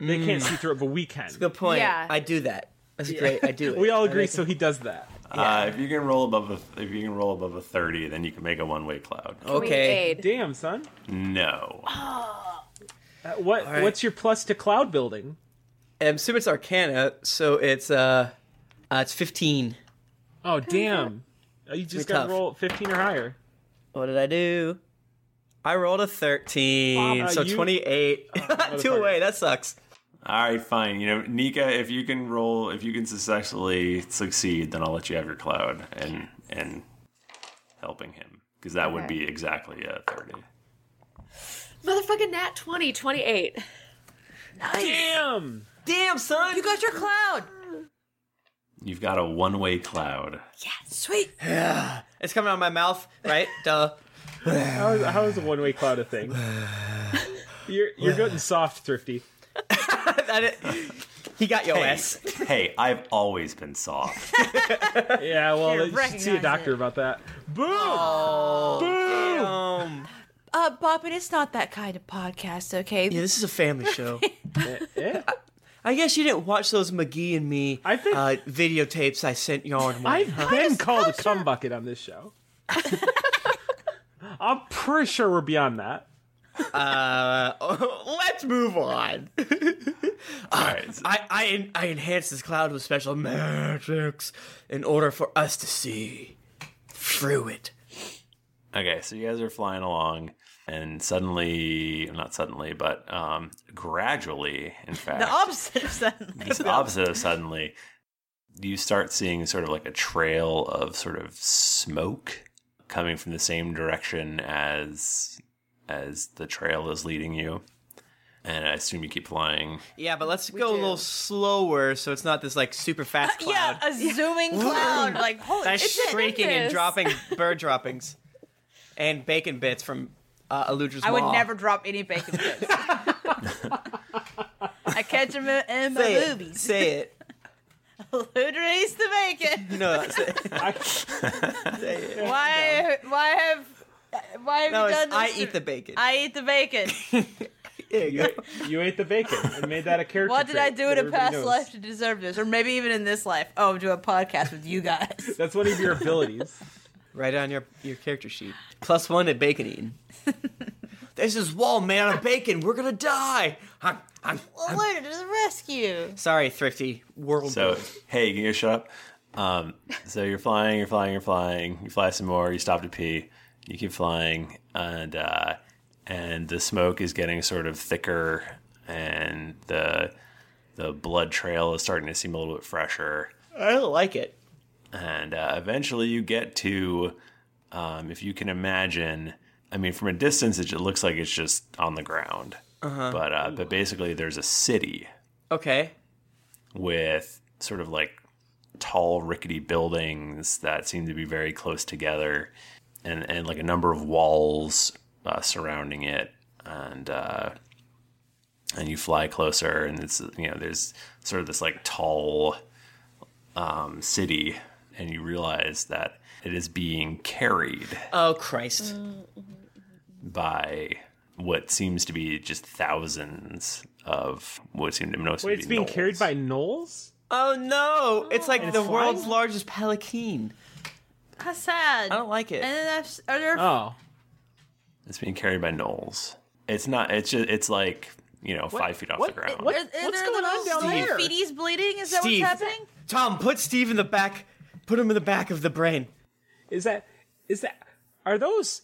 Speaker 3: They can't
Speaker 5: Mm.
Speaker 3: see through it, but we can. That's
Speaker 5: a good point.
Speaker 4: Yeah.
Speaker 5: I do that. That's great. I do it.
Speaker 3: We all
Speaker 5: I
Speaker 3: agree,
Speaker 5: make-
Speaker 3: so he does that.
Speaker 1: Uh, if you can roll above a, if you can roll above a thirty, then you can make a one way cloud.
Speaker 5: Oh.
Speaker 3: Damn, son.
Speaker 1: No.
Speaker 3: Uh, what
Speaker 5: All right.
Speaker 3: What's your plus to cloud building?
Speaker 5: I'm assuming it's Um, Arcana, so it's uh, uh it's 15.
Speaker 3: Oh, damn. Uh, You just got to roll 15 or higher.
Speaker 5: What did I do? I rolled a 13,
Speaker 1: Wow,
Speaker 5: so
Speaker 1: you-
Speaker 5: 28. Two away. That sucks.
Speaker 1: All right, fine. You know, Nika, if you can roll, if you can successfully succeed, then I'll let you have your cloud and and helping him because that would
Speaker 2: Okay.
Speaker 1: be exactly a thirty.
Speaker 2: Motherfucking nat 20, 28.
Speaker 3: Damn.
Speaker 5: Damn, son.
Speaker 4: You got your cloud.
Speaker 1: You've got a one way cloud.
Speaker 4: Sweet.
Speaker 5: Yeah. It's coming out of my mouth, right? Duh.
Speaker 3: how, is, how is a one way cloud a thing? You're you're getting soft, thrifty.
Speaker 5: He got your
Speaker 1: hey,
Speaker 5: ass.
Speaker 1: hey, I've always been soft.
Speaker 3: Yeah, well,
Speaker 4: You
Speaker 3: you should see a
Speaker 4: recognize
Speaker 3: doctor about that. Boom!
Speaker 5: Boom!
Speaker 4: Uh, Bob, and it's not that kind of podcast, okay?
Speaker 5: Yeah, this is a family show. I, I guess you didn't watch those McGee and me I think, uh, videotapes I sent y'all in the morning.
Speaker 3: I've been called a cum bucket on this show. I'm pretty sure we're beyond that.
Speaker 5: Uh, let's move on. I, I, en- I enhanced this cloud with special magics in order for us to see through it.
Speaker 1: Okay, so you guys are flying along, and suddenly, not suddenly, but um, gradually, in fact,
Speaker 4: The opposite of suddenly.
Speaker 1: this opposite of suddenly, you start seeing sort of like a trail of sort of smoke coming from the same direction as as the trail is leading you. And I assume you keep flying.
Speaker 5: Yeah, but let's go a little slower so it's not this like super fast cloud.
Speaker 4: Yeah, a zooming cloud. like, holy
Speaker 5: That's
Speaker 4: shit.
Speaker 5: shrieking and dropping bird droppings and bacon bits from uh, Eludra's
Speaker 4: I
Speaker 5: maw.
Speaker 4: would never drop any bacon bits. I catch them in my
Speaker 5: say it.
Speaker 4: movies.
Speaker 5: Say it.
Speaker 4: Ludres the bacon.
Speaker 5: You know that's it.
Speaker 4: Why? Why have? Why have
Speaker 5: No,
Speaker 4: you
Speaker 5: it's,
Speaker 4: done this?
Speaker 5: I
Speaker 4: to-
Speaker 5: eat the bacon.
Speaker 4: I eat the bacon.
Speaker 3: You, you ate the bacon and made that a character.
Speaker 4: What did I
Speaker 3: trait
Speaker 4: do in
Speaker 3: that
Speaker 4: a past
Speaker 3: everybody knows.
Speaker 4: life to deserve this, or maybe even in this life? Oh, do a podcast with you guys.
Speaker 3: That's one of your abilities.
Speaker 5: Write on your your character sheet. Plus one at bacon eating. There's this wall, man, of bacon. We're gonna die. I'm, I'm,
Speaker 4: Well, Ludra to the rescue.
Speaker 5: sorry, thrifty world.
Speaker 1: So, hey, can you shut up? Um, so you're flying, you're flying, you're flying. You fly some more. You stop to pee. You keep flying, and uh, and the smoke is getting sort of thicker, and the the blood trail is starting to seem a little bit fresher.
Speaker 5: I don't like it.
Speaker 1: And uh, eventually you get to, um, if you can imagine, I mean, from a distance, it ju- looks like it's just on the ground.
Speaker 5: Uh-huh.
Speaker 1: But uh, but basically, there's a city
Speaker 5: Okay.
Speaker 1: with sort of like tall, rickety buildings that seem to be very close together, and and like a number of walls uh, surrounding it, and uh, and you fly closer, and it's you know there's sort of this like tall um, city, and you realize that it is being carried
Speaker 5: Oh Christ.
Speaker 1: by what seems to be just thousands of what seem to mostly
Speaker 3: Wait, it's
Speaker 1: be
Speaker 3: being
Speaker 1: gnolls.
Speaker 3: carried by gnolls?
Speaker 5: Oh no! It's like
Speaker 3: And
Speaker 5: the
Speaker 3: it's
Speaker 5: world's
Speaker 3: flying?
Speaker 5: largest pelican.
Speaker 4: How sad.
Speaker 5: I don't like it.
Speaker 4: And then I've, are
Speaker 5: Oh.
Speaker 4: there
Speaker 1: It's being carried by gnolls. It's not. It's just. It's like you know, five feet off the ground.
Speaker 4: What, are, are there
Speaker 3: going
Speaker 4: little
Speaker 5: on down
Speaker 4: Steve
Speaker 5: there?
Speaker 4: feeties bleeding? Is that
Speaker 5: Steve.
Speaker 4: what's happening?
Speaker 5: Tom, put Steve in the back. Put him in the back of the brain.
Speaker 3: Is that is that are those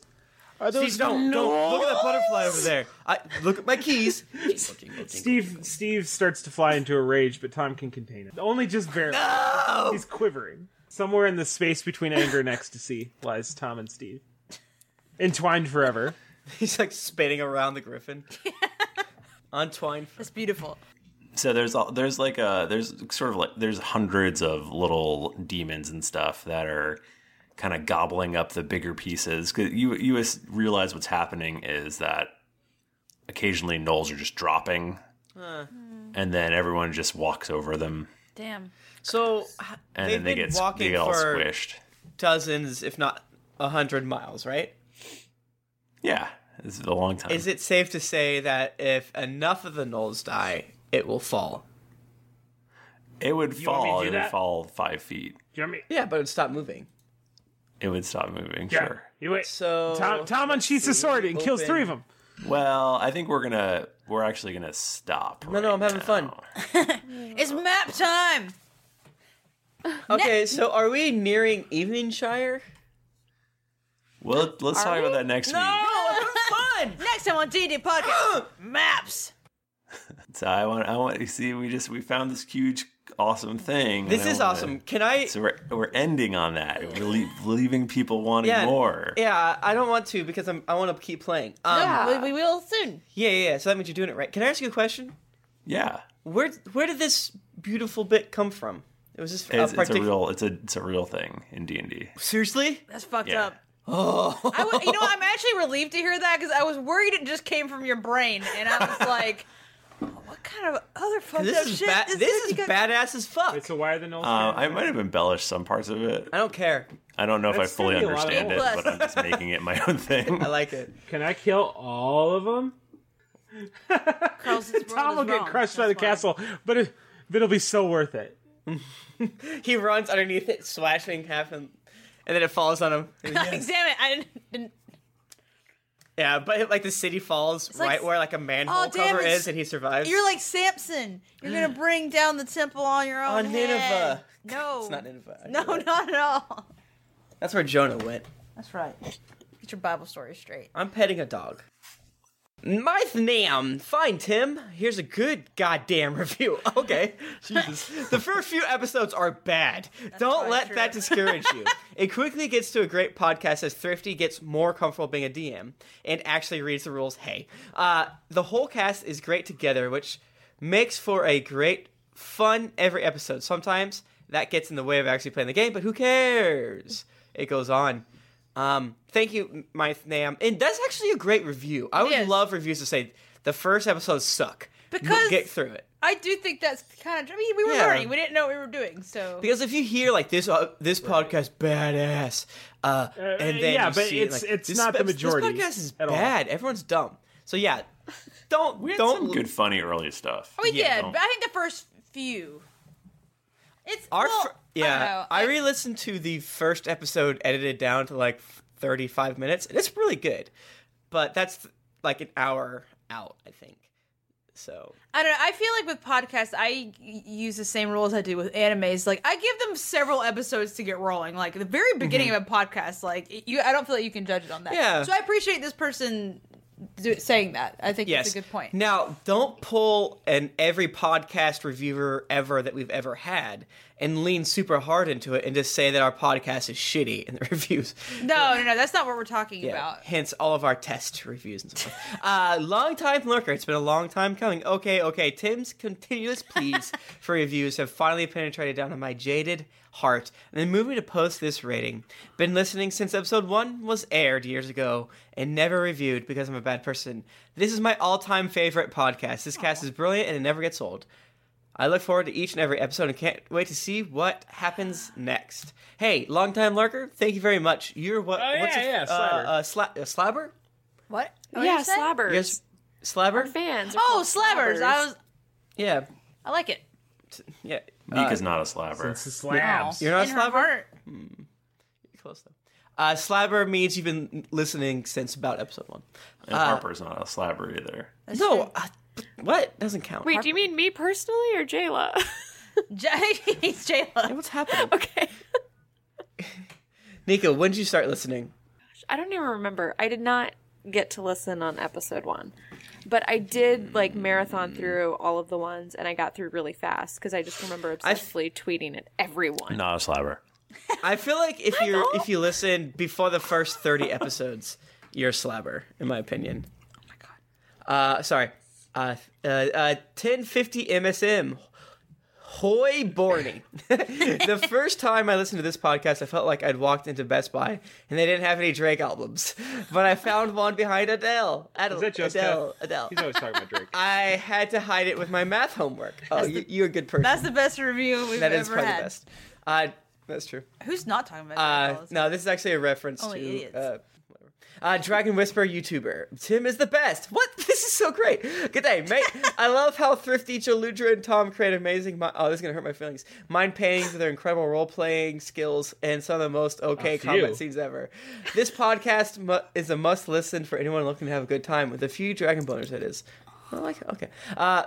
Speaker 3: are those
Speaker 5: Steve, don't, don't look at that
Speaker 3: gnolls?
Speaker 5: butterfly over there. I look at my keys.
Speaker 3: Steve Steve starts to fly into a rage, but Tom can contain it. Only just barely. He's quivering. Somewhere in the space between anger and ecstasy lies Tom and Steve. Entwined forever.
Speaker 5: He's like spinning around the griffin. Untwined.
Speaker 4: That's beautiful.
Speaker 1: So there's all there's like a there's sort of like there's hundreds of little demons and stuff that are kind of gobbling up the bigger pieces. 'Cause you you as- realize what's happening is that occasionally gnolls are just dropping,
Speaker 5: Uh,
Speaker 1: and then everyone just walks over them,
Speaker 4: Damn.
Speaker 5: So
Speaker 1: and
Speaker 5: They've
Speaker 1: then they
Speaker 5: been
Speaker 1: get s-
Speaker 5: walking
Speaker 1: they get all
Speaker 5: for-
Speaker 1: squished.
Speaker 5: dozens, if not a hundred miles, right?
Speaker 1: Yeah, this is a long time.
Speaker 5: Is it safe to say that if enough of the gnolls die, it will fall?
Speaker 1: It would
Speaker 5: You want me to
Speaker 1: fall.
Speaker 5: do
Speaker 1: It would
Speaker 5: that?
Speaker 1: fall five feet.
Speaker 5: Yeah, but it would stop moving.
Speaker 1: It would stop moving.
Speaker 5: Yeah.
Speaker 1: Sure.
Speaker 3: You wait.
Speaker 5: So
Speaker 3: Tom, Tom unsheathes his sword and kills three of them.
Speaker 1: Well, I think we're gonna. We're actually gonna stop.
Speaker 5: No, no, I'm having fun.
Speaker 4: It's map time.
Speaker 5: Okay, so are we nearing Eveningshire?
Speaker 1: Well, let's talk about that next week.
Speaker 5: Oh,
Speaker 4: fun. Next time on DD Podcast, maps.
Speaker 1: So I want. I want. You see, we just we found this huge, awesome thing.
Speaker 5: This
Speaker 1: and I
Speaker 5: is
Speaker 1: wanna-
Speaker 5: awesome. Can I-
Speaker 1: So we're we're ending on that. We're lea- leaving people wanting
Speaker 5: yeah,
Speaker 1: more.
Speaker 5: Yeah, I don't want to because I'm, I want to keep playing. Um,
Speaker 4: no, we, we will soon.
Speaker 5: yeah, yeah, yeah. So that means you're doing it right. Can I ask you a question?
Speaker 1: Yeah.
Speaker 5: Where where did this beautiful bit come from? It was just
Speaker 1: It's,
Speaker 5: a
Speaker 1: it's a
Speaker 5: particular.
Speaker 1: real. It's a it's a real thing in D and D.
Speaker 5: Seriously?
Speaker 4: That's fucked
Speaker 1: Yeah.
Speaker 4: up. I wa- you know, I'm actually relieved to hear that because I was worried it just came from your brain, and I was like, "What kind of other fucked
Speaker 5: This
Speaker 4: up
Speaker 5: is
Speaker 4: shit?"
Speaker 5: ba- this is
Speaker 4: you guys-
Speaker 5: badass as fuck. It's
Speaker 3: a wire the nose.
Speaker 1: Uh, I might have embellished some parts of it.
Speaker 5: I don't care.
Speaker 1: I don't know if
Speaker 3: That's
Speaker 1: I fully
Speaker 3: gonna be a lot of
Speaker 1: understand it,
Speaker 3: work.
Speaker 1: but I'm just making it my own thing.
Speaker 5: I like it.
Speaker 3: Can I kill all of them? Tom will get crushed by the castle, but, it, but it'll be so worth it.
Speaker 5: he runs underneath it, slashing half him, and then it falls on him. And he-
Speaker 4: Damn it! I didn't. didn't
Speaker 5: yeah, but like the city falls
Speaker 4: like-
Speaker 5: right where like a manhole
Speaker 4: Oh, damn,
Speaker 5: cover
Speaker 4: it's-
Speaker 5: is, and he survives.
Speaker 4: You're like Samson. You're gonna bring down the temple on your own.
Speaker 5: On Oh, Nineveh.
Speaker 4: head. No,
Speaker 5: It's not Nineveh.
Speaker 4: No, not at all.
Speaker 5: That's where Jonah went.
Speaker 4: That's right. Get your Bible story straight.
Speaker 5: I'm petting a dog. My th- name, fine Tim. Here's a good goddamn review. Okay, Jesus. The first few episodes are bad. Don't let that discourage you. it quickly gets to a great podcast as Thrifty gets more comfortable being a DM and actually reads the rules. Hey, uh, the whole cast is great together, which makes for a great fun every episode. Sometimes that gets in the way of actually playing the game, but who cares? It goes on. Um, thank you, my name. And that's actually a great review. I would love reviews to say the first episodes suck.
Speaker 4: Because-
Speaker 5: get through it.
Speaker 4: I do think that's kind of. I mean, we were
Speaker 5: Yeah.
Speaker 4: learning. We didn't know what we were doing, so
Speaker 5: Because if you hear like this, uh, this podcast badass, uh, and then
Speaker 3: yeah,
Speaker 5: you
Speaker 3: but
Speaker 5: see it,
Speaker 3: it's-
Speaker 5: like,
Speaker 3: it's
Speaker 5: this
Speaker 3: not the
Speaker 5: spe-
Speaker 3: majority
Speaker 5: This podcast is
Speaker 3: at all.
Speaker 5: bad. Everyone's dumb. So yeah, don't
Speaker 1: We had
Speaker 5: don't
Speaker 1: some good, funny early stuff.
Speaker 4: we
Speaker 5: Yeah,
Speaker 4: did.
Speaker 5: no.
Speaker 4: But I think the first few. It's
Speaker 5: Our
Speaker 4: well,
Speaker 5: fir-
Speaker 4: I,
Speaker 5: yeah,
Speaker 4: don't know.
Speaker 5: I, re-listened to the first episode edited down to like 35 minutes, and it's really good. But that's like an hour out, I think. So
Speaker 4: I don't know. I feel like with podcasts, I y- use the same rules I do with animes. Like I give them several episodes to get rolling. Like the very beginning of a podcast, like it- you, I don't feel like you can judge it on that.
Speaker 5: Mm-hmm. Yeah.
Speaker 4: So I appreciate this person do, saying that. I think
Speaker 5: yes,
Speaker 4: that's a good point.
Speaker 5: Now, don't pull an every podcast reviewer ever that we've ever had and lean super hard into it and just say that our podcast is shitty in the reviews.
Speaker 4: No, no, no. That's not what we're talking
Speaker 5: Yeah,
Speaker 4: about.
Speaker 5: Hence all of our test reviews and so forth. uh, long time lurker. It's been a long time coming. Okay, okay. Tim's continuous pleas for reviews have finally penetrated down to my jaded heart and then moved me to post this rating. Been listening since episode one was aired years ago and never reviewed because I'm a bad person. This is my all time favorite podcast. This cast is brilliant and it never gets old. I look forward to each and every episode and can't wait to see what happens next. Hey, longtime lurker, thank you very much. You're what?
Speaker 3: Oh,
Speaker 5: what's
Speaker 3: yeah,
Speaker 5: a,
Speaker 3: yeah, Slabber.
Speaker 5: Uh, uh, sla- uh, slabber?
Speaker 4: What?
Speaker 2: Oh,
Speaker 9: yeah, slabbers.
Speaker 5: Yes, slabber.
Speaker 9: fans.
Speaker 4: Oh, slabbers. I was.
Speaker 5: Yeah,
Speaker 4: I like it.
Speaker 5: yeah.
Speaker 1: Mika's not a slabber.
Speaker 4: slabs.
Speaker 5: You're
Speaker 4: Uh,
Speaker 5: not
Speaker 4: In
Speaker 5: a
Speaker 4: her
Speaker 5: slabber.
Speaker 4: heart.
Speaker 5: You're close though. Uh, slabber means you've been listening since about episode one.
Speaker 1: And
Speaker 5: Uh,
Speaker 1: Harper's not a slabber either.
Speaker 5: no, uh, what doesn't count?
Speaker 9: Wait, do you mean me personally or Jayla?
Speaker 4: Jay, he's Jayla.
Speaker 5: what's happening? Okay. Nico, when did you start listening?
Speaker 9: I don't even remember. I did not get to listen on episode one, but I did like marathon through all of the ones, and I got through really fast because I just remember obsessively tweeting at everyone.
Speaker 1: Not a slabber.
Speaker 5: I feel like if you are if you listen before the first thirty episodes, you're a slabber, in my opinion. Oh my god. Uh, sorry. Uh, uh, uh, ten fifty MSM. Hoy Borny. the first time I listened to this podcast, I felt like I'd walked into Best Buy and they didn't have any Drake albums, but I found one behind Adele. Adele.
Speaker 3: Is that Joseph?
Speaker 5: Adele. Adele.
Speaker 3: He's always talking about Drake.
Speaker 5: I had to hide it with my math homework. Oh,
Speaker 4: That's
Speaker 5: you, you're a good person.
Speaker 4: That's the best review we've
Speaker 5: That
Speaker 4: ever
Speaker 5: is probably
Speaker 4: had.
Speaker 5: the best. Uh, that's true.
Speaker 4: Who's not talking about
Speaker 5: Uh, no, this is actually a reference
Speaker 4: Only
Speaker 5: to
Speaker 4: idiots.
Speaker 5: uh, whatever. Uh, Dragon Whisper YouTuber. Tim is the best. What? This is so great. Good day, mate. I love how thrifty Chaludra and Tom create amazing. Mi- oh, this is gonna hurt my feelings. Mind paintings with their incredible role playing skills and some of the most okay
Speaker 11: A few.
Speaker 5: combat scenes ever. This podcast mu- is a must listen for anyone looking to have a good time with a few dragon boners. It is. I like. Okay. Uh,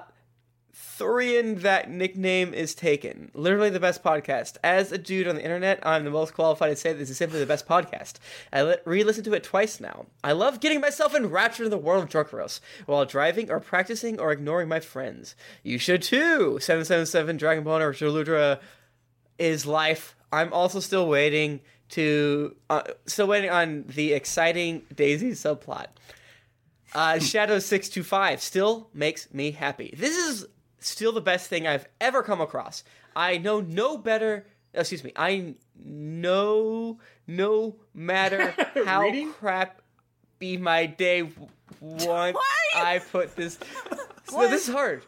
Speaker 5: Thorian, that nickname is taken. Literally the best podcast. As a dude on the internet, I'm the most qualified to say this is simply the best podcast. I li- re-listened to it twice now. I love getting myself enraptured in the world of Drunkeros while driving or practicing or ignoring my friends. You should too. Seven seven seven Dragon Boner Jaludra is life. I'm also still waiting to uh, still waiting on the exciting Daisy subplot. Uh, Shadow six two five still makes me happy. This is still the best thing I've ever come across. I know no better. oh, Excuse me. I know no matter how crap be my day w- once I put this. No, this is hard.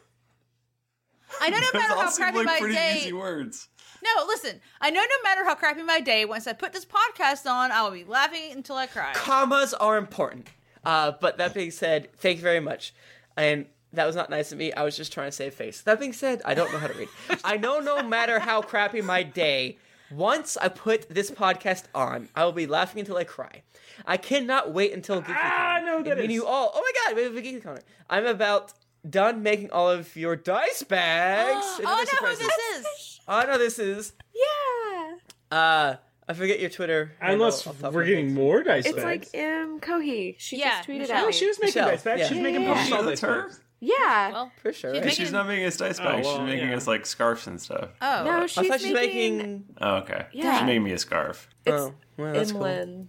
Speaker 4: I know no matter how crappy my day.
Speaker 1: words.
Speaker 4: No, listen. I know no matter how crappy my day. Once I put this podcast on, I will be laughing until I cry.
Speaker 5: commas are important. Uh, but that being said, thank you very much. And that was not nice of me. I was just trying to save face. That being said, I don't know how to read. I know no matter how crappy my day, once I put this podcast on, I will be laughing until I cry. I cannot wait until GeekyCon. Ah, no,
Speaker 11: that is-
Speaker 5: you all. Oh my god, we have a GeekyCon. I'm about done making all of your dice bags.
Speaker 4: oh,
Speaker 5: and
Speaker 4: I
Speaker 5: other
Speaker 4: know who
Speaker 5: surprises.
Speaker 4: this is.
Speaker 5: Oh, I know who this is.
Speaker 2: Yeah.
Speaker 5: Uh, I forget your Twitter. handle
Speaker 3: Unless
Speaker 5: off the top of
Speaker 3: we're
Speaker 5: my
Speaker 3: getting
Speaker 5: head.
Speaker 3: more dice
Speaker 2: it's
Speaker 3: bags.
Speaker 2: like M. Cohey. She just tweeted
Speaker 3: Michelle.
Speaker 2: at me.
Speaker 3: She was making
Speaker 5: Michelle,
Speaker 3: dice bags. She was
Speaker 5: yeah.
Speaker 3: making
Speaker 5: Yeah.
Speaker 3: Pokemon
Speaker 5: Sure,
Speaker 3: dice
Speaker 5: that's her.
Speaker 3: bags.
Speaker 2: Yeah.
Speaker 4: Well,
Speaker 5: for sure.
Speaker 1: She's, not making us dice
Speaker 3: Oh,
Speaker 1: bags.
Speaker 3: well,
Speaker 1: she's making
Speaker 3: yeah.
Speaker 1: us like scarves and stuff.
Speaker 4: Oh.
Speaker 5: I
Speaker 2: No,
Speaker 5: thought
Speaker 2: she's
Speaker 5: she was
Speaker 2: making.
Speaker 5: making
Speaker 1: Oh, okay.
Speaker 2: Yeah.
Speaker 1: She made me a scarf.
Speaker 2: It's
Speaker 5: Oh, well, that's cool.
Speaker 2: Imlin.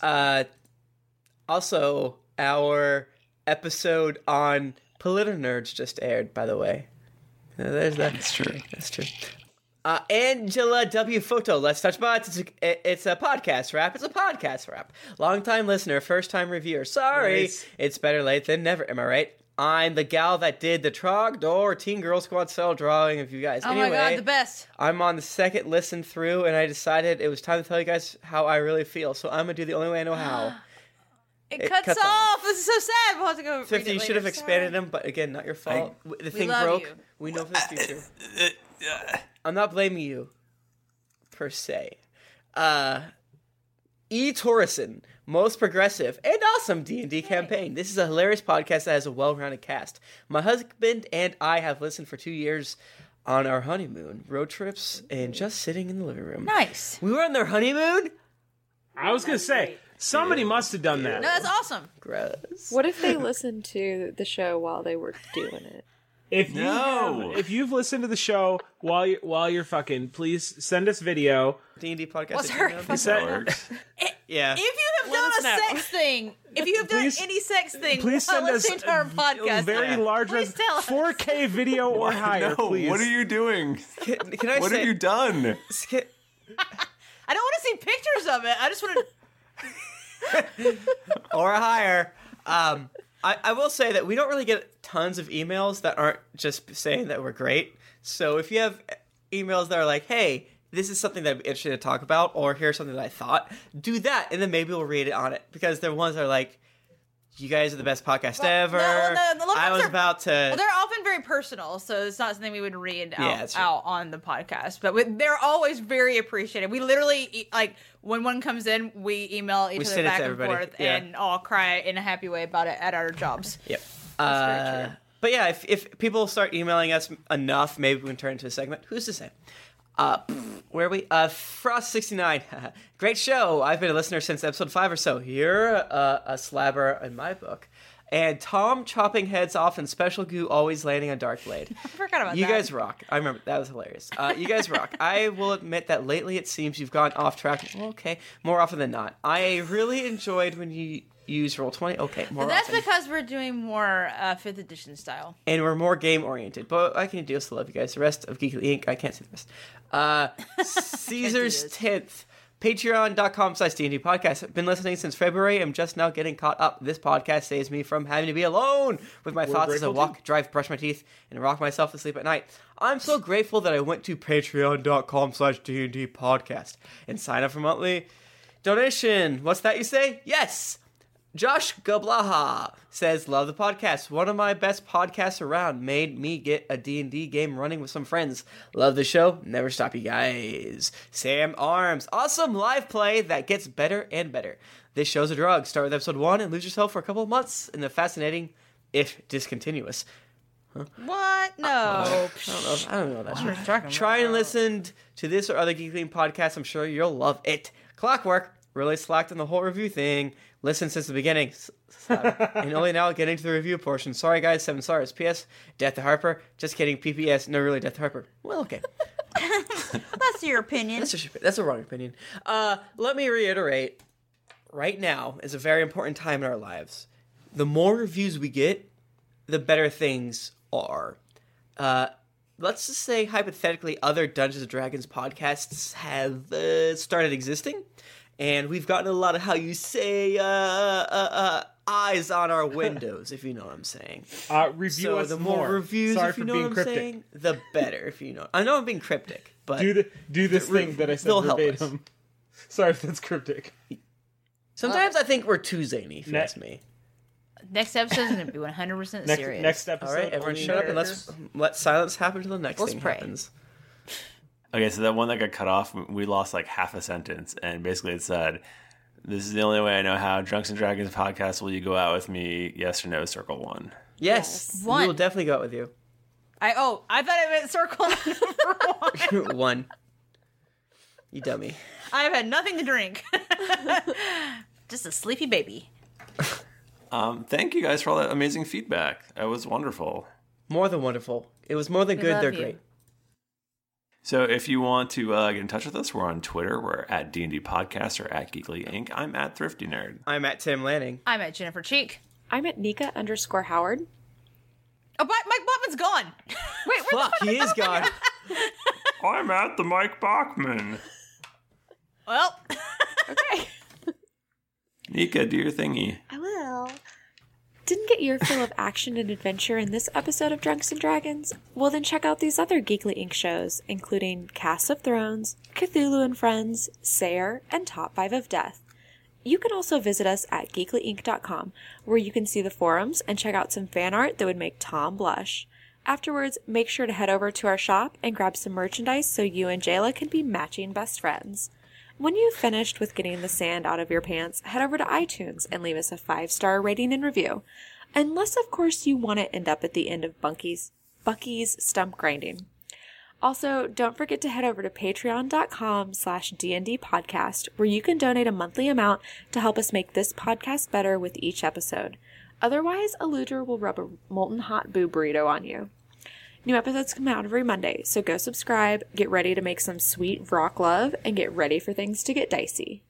Speaker 5: Uh, also, our episode on Nerds just aired, by the way. Uh, There's that. That's
Speaker 1: true.
Speaker 5: That's true. Uh, Angela W. Photo, Let's Touch Bots. It's a, it's a podcast rap. It's a podcast rap. Longtime listener, first time reviewer. Sorry.
Speaker 11: Nice.
Speaker 5: It's better late than never, am I right? I'm the gal that did the Trogdor Teen Girl Squad cell drawing of you guys.
Speaker 4: Oh
Speaker 5: anyway,
Speaker 4: my god, the best.
Speaker 5: I'm on the second listen through, and I decided it was time to tell you guys how I really feel. So I'm gonna do the only way I know how.
Speaker 4: It,
Speaker 5: It
Speaker 4: cuts,
Speaker 5: cuts
Speaker 4: off. This is so sad. We'll have to go. read
Speaker 5: Fifty,
Speaker 4: it
Speaker 5: you should
Speaker 4: later.
Speaker 5: have expanded them, but again, not your fault. W- the
Speaker 4: We
Speaker 5: thing
Speaker 4: love
Speaker 5: broke.
Speaker 4: you.
Speaker 5: We know for the future. I'm not blaming you, per se. Uh, E. Torreson, most progressive and awesome D&D campaign. This is a hilarious podcast that has a well-rounded cast. My husband and I have listened for two years on our honeymoon, road trips, and just sitting in the living room.
Speaker 4: Nice.
Speaker 5: We were on their honeymoon?
Speaker 3: I was going to say, somebody must have done
Speaker 4: No,
Speaker 3: that.
Speaker 4: that's awesome.
Speaker 5: Gross.
Speaker 2: What if they listened to the show while they were doing it?
Speaker 3: If you
Speaker 1: No.
Speaker 3: have, if you've listened to the show while you're, while you're fucking, please send us video.
Speaker 5: D&D podcast.
Speaker 4: What's
Speaker 5: at
Speaker 4: her
Speaker 5: gmail?
Speaker 4: fucking-
Speaker 3: Send-
Speaker 5: yeah.
Speaker 4: If you have done a sex thing, if you have done any sex thing,
Speaker 3: Please
Speaker 4: while
Speaker 3: send us
Speaker 4: listening to our
Speaker 3: a
Speaker 4: podcast.
Speaker 3: very large,
Speaker 4: please
Speaker 3: res-
Speaker 4: tell us.
Speaker 3: 4K video or higher,
Speaker 1: no,
Speaker 3: please.
Speaker 1: what are you doing?
Speaker 5: Can, can I
Speaker 1: what
Speaker 5: say,
Speaker 1: have you done?
Speaker 5: Can,
Speaker 4: I don't want to see pictures of it. I just want to.
Speaker 5: or higher. Um, I, I will say that we don't really get tons of emails that aren't just saying that we're great. So if you have emails that are like, hey, this is something that I'd be interested to talk about, or here's something that I thought, do that, and then maybe we'll read it on it. Because there are ones that are like, you guys are the best podcast ever.
Speaker 4: well, no, the love
Speaker 5: I
Speaker 4: notes
Speaker 5: was
Speaker 4: are-
Speaker 5: about to.
Speaker 4: Well, they're often very personal, so it's not something we would read
Speaker 5: Yeah,
Speaker 4: out,
Speaker 5: that's right.
Speaker 4: out on the podcast. But we, they're always very appreciated. We literally e- like when one comes in, we email each
Speaker 5: We
Speaker 4: other
Speaker 5: send it
Speaker 4: back
Speaker 5: to
Speaker 4: and
Speaker 5: everybody,
Speaker 4: forth,
Speaker 5: yeah.
Speaker 4: and all cry in a happy way about it at our jobs.
Speaker 5: Yep. That's very true. But yeah, if, if people start emailing us enough, maybe we can turn it into a segment. Who's to say? Uh, pff, where are we? Uh, Frost69. Great show. I've been a listener since episode five or so. You're a, a slabber in my book. And Tom chopping heads off and Special Goo always landing on Dark Blade.
Speaker 4: I forgot about
Speaker 5: You
Speaker 4: that.
Speaker 5: guys rock. I remember that was hilarious. Uh, you guys rock. I will admit that lately it seems you've gone off track. Okay, more often than not. I really enjoyed when you use roll twenty. Okay, more
Speaker 4: But that's
Speaker 5: often.
Speaker 4: because we're doing more uh, fifth edition style.
Speaker 5: and we're more game oriented. But I can do I still love you guys. The rest of Geekly Inc. I can't see the rest. Uh, Caesar's tenth. Patreon.com slash D&D podcast. I've been listening since February. I'm just now getting caught up. This podcast saves me from having to be alone with my
Speaker 11: We're
Speaker 5: thoughts as I
Speaker 11: grateful
Speaker 5: walk, drive, brush my teeth, and rock myself to sleep at night. I'm so grateful that I went to patreon.com slash D&D podcast and sign up for monthly donation. What's that you say? Yes! Josh Gablaha says, "Love the podcast. One of my best podcasts around. Made me get a D&D game running with some friends. Love the show. Never stop you guys." Sam Arms, "Awesome live play that gets better and better. This show's a drug. Start with episode 1 and lose yourself for a couple of months in the fascinating if discontinuous
Speaker 4: What?
Speaker 5: Uh,
Speaker 4: No.
Speaker 5: I don't know. if- I don't know. That's right. Try and listen to this or other Geekling podcasts. I'm sure you'll love it. Clockwork really slacked on the whole review thing. Listen since the beginning, S- s- uh, and only now getting to the review portion. Sorry, guys. Seven stars. P.S. Death to Harper. Just kidding. P.P.S. No, really, Death to Harper. Well, okay.
Speaker 4: that's your opinion.
Speaker 5: That's, just, that's a wrong opinion. Uh, let me reiterate. Right now is a very important time in our lives. The more reviews we get, the better things are. Uh, let's just say hypothetically, other Dungeons and Dragons podcasts have uh, started existing, and we've gotten a lot of how you say uh, uh, uh, eyes on our windows, if you know what I'm saying.
Speaker 3: Uh, review
Speaker 5: so
Speaker 3: us
Speaker 5: the more,
Speaker 3: more.
Speaker 5: reviews,
Speaker 3: Sorry
Speaker 5: if you
Speaker 3: for
Speaker 5: know
Speaker 3: being
Speaker 5: what I'm
Speaker 3: cryptic.
Speaker 5: saying, the better. If you know, I know I'm being cryptic, but
Speaker 3: do the do this
Speaker 5: the re-
Speaker 3: thing that I said
Speaker 5: they'll help us.
Speaker 3: verbatim. Sorry if that's cryptic.
Speaker 5: Sometimes I think we're too zany. If you
Speaker 3: Ne-
Speaker 5: ask me.
Speaker 4: Next episode's gonna be 100%
Speaker 5: Next-
Speaker 4: serious.
Speaker 5: next episode, All right, everyone only shut up and let's- characters. let silence happen to the next
Speaker 4: let's
Speaker 5: thing
Speaker 4: pray.
Speaker 5: happens.
Speaker 1: Okay, so that one that got cut off, we lost like half a sentence, and basically it said, "This is the only way I know how." Drunks and Dragons podcast. Will you go out with me? Yes or no? Circle one.
Speaker 5: Yes, we will
Speaker 4: One.
Speaker 5: definitely go out with you.
Speaker 4: I oh, I thought it meant circle number one.
Speaker 5: One. You dummy.
Speaker 4: I've had nothing to drink. Just a sleepy baby.
Speaker 1: Um, thank you guys for all that amazing feedback. It was wonderful.
Speaker 5: More than wonderful. It was more than
Speaker 4: We
Speaker 5: good.
Speaker 4: love
Speaker 5: They're
Speaker 4: you.
Speaker 5: great.
Speaker 1: So if you want to uh, get in touch with us, we're on Twitter. We're at D&D Podcast or at Geekly Inc. I'm at Thrifty Nerd.
Speaker 5: I'm at Tim Lanning.
Speaker 4: I'm at Jennifer Cheek.
Speaker 2: I'm at Nika underscore Howard.
Speaker 4: Oh, but Mike Botman's gone. Wait, where
Speaker 5: Fuck, he is gone.
Speaker 1: I'm at the Mike Bachman.
Speaker 4: Well,
Speaker 1: Nika, do your thingy.
Speaker 2: I will. Didn't get your fill of action and adventure in this episode of Drunks and Dragons? Well, then check out these other Geekly Inc. shows, including Cast of Thrones, Cthulhu and Friends, Sayer, and Top 5 of Death. You can also visit us at geeklyinc.com, where you can see the forums and check out some fan art that would make Tom blush. Afterwards, make sure to head over to our shop and grab some merchandise so you and Jayla can be matching best friends. When you've finished with getting the sand out of your pants, head over to iTunes and leave us a five star rating and review. Unless, of course, you want to end up at the end of Bunky's, Bucky's stump grinding. Also, don't forget to head over to patreon.com slash DND podcast, where you can donate a monthly amount to help us make this podcast better with each episode. Otherwise, Eluder will rub a molten hot boo burrito on you. New episodes come out every Monday, so go subscribe, get ready to make some sweet rock love, and get ready for things to get dicey.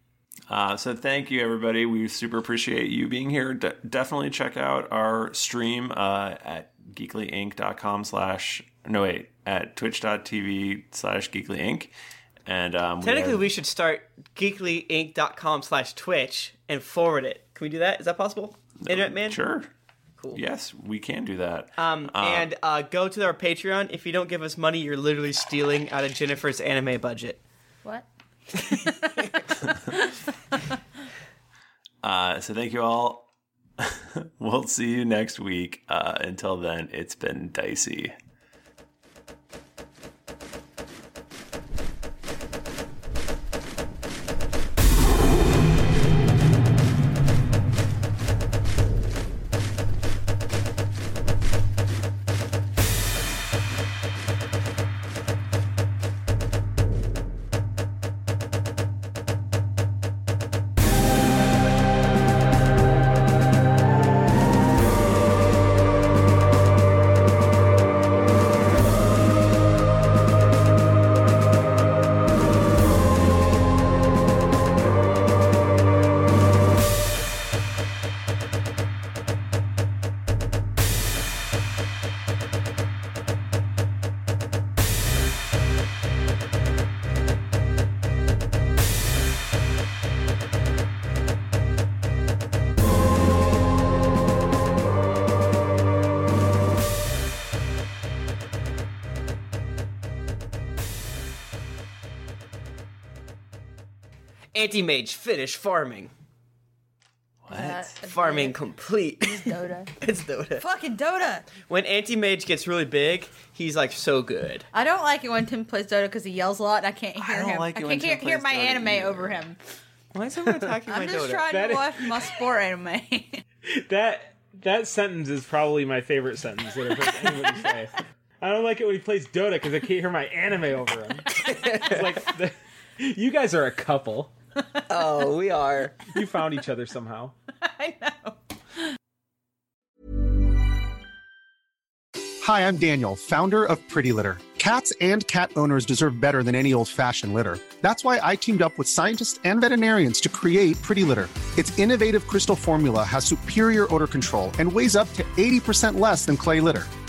Speaker 1: Uh, so thank you, everybody. We super appreciate you being here. De- definitely check out our stream uh, at geeklyinc.com slash, no wait, at twitch.tv slash geeklyinc. And um, we
Speaker 5: Technically,
Speaker 1: have-
Speaker 5: we should start geeklyinc.com slash Twitch and forward it. Can we do that? Is that possible? Internet man?
Speaker 1: Sure. Yes, we can do that.
Speaker 5: Um,
Speaker 1: Uh,
Speaker 5: and uh, go to our Patreon. If you don't give us money, you're literally stealing out of Jennifer's anime budget.
Speaker 4: What?
Speaker 1: Uh, so thank you all. we'll see you next week. Uh, until then, it's been dicey.
Speaker 5: Anti mage, finish farming.
Speaker 1: What?
Speaker 4: it's
Speaker 5: Farming complete.
Speaker 4: Uh, Dota.
Speaker 5: it's Dota.
Speaker 4: Fucking Dota.
Speaker 5: When Anti Mage gets really big, he's like so good.
Speaker 4: I don't like it when Tim plays Dota because he yells a lot and I can't hear him.
Speaker 5: like it
Speaker 4: I
Speaker 5: when
Speaker 4: can't
Speaker 5: Tim
Speaker 4: hear, hear
Speaker 5: plays
Speaker 4: my
Speaker 5: Dota
Speaker 4: anime
Speaker 5: either.
Speaker 4: over him.
Speaker 5: Why is everyone attacking
Speaker 4: I'm
Speaker 5: my
Speaker 4: just
Speaker 5: Dota?
Speaker 4: trying
Speaker 3: That
Speaker 4: to
Speaker 3: is-
Speaker 4: watch my sport anime.
Speaker 3: That that sentence is probably my favorite sentence that I've heard anybody say. I don't like it when he plays Dota because I can't hear my anime over him. It's like the- you guys are a couple.
Speaker 5: Oh, we are.
Speaker 3: You found each other somehow.
Speaker 13: Hi, I'm Daniel, founder of Pretty Litter. Cats and cat owners deserve better than any old fashioned litter. That's why I teamed up with scientists and veterinarians to create Pretty Litter. Its innovative crystal formula has superior odor control and weighs up to 80% less than clay litter.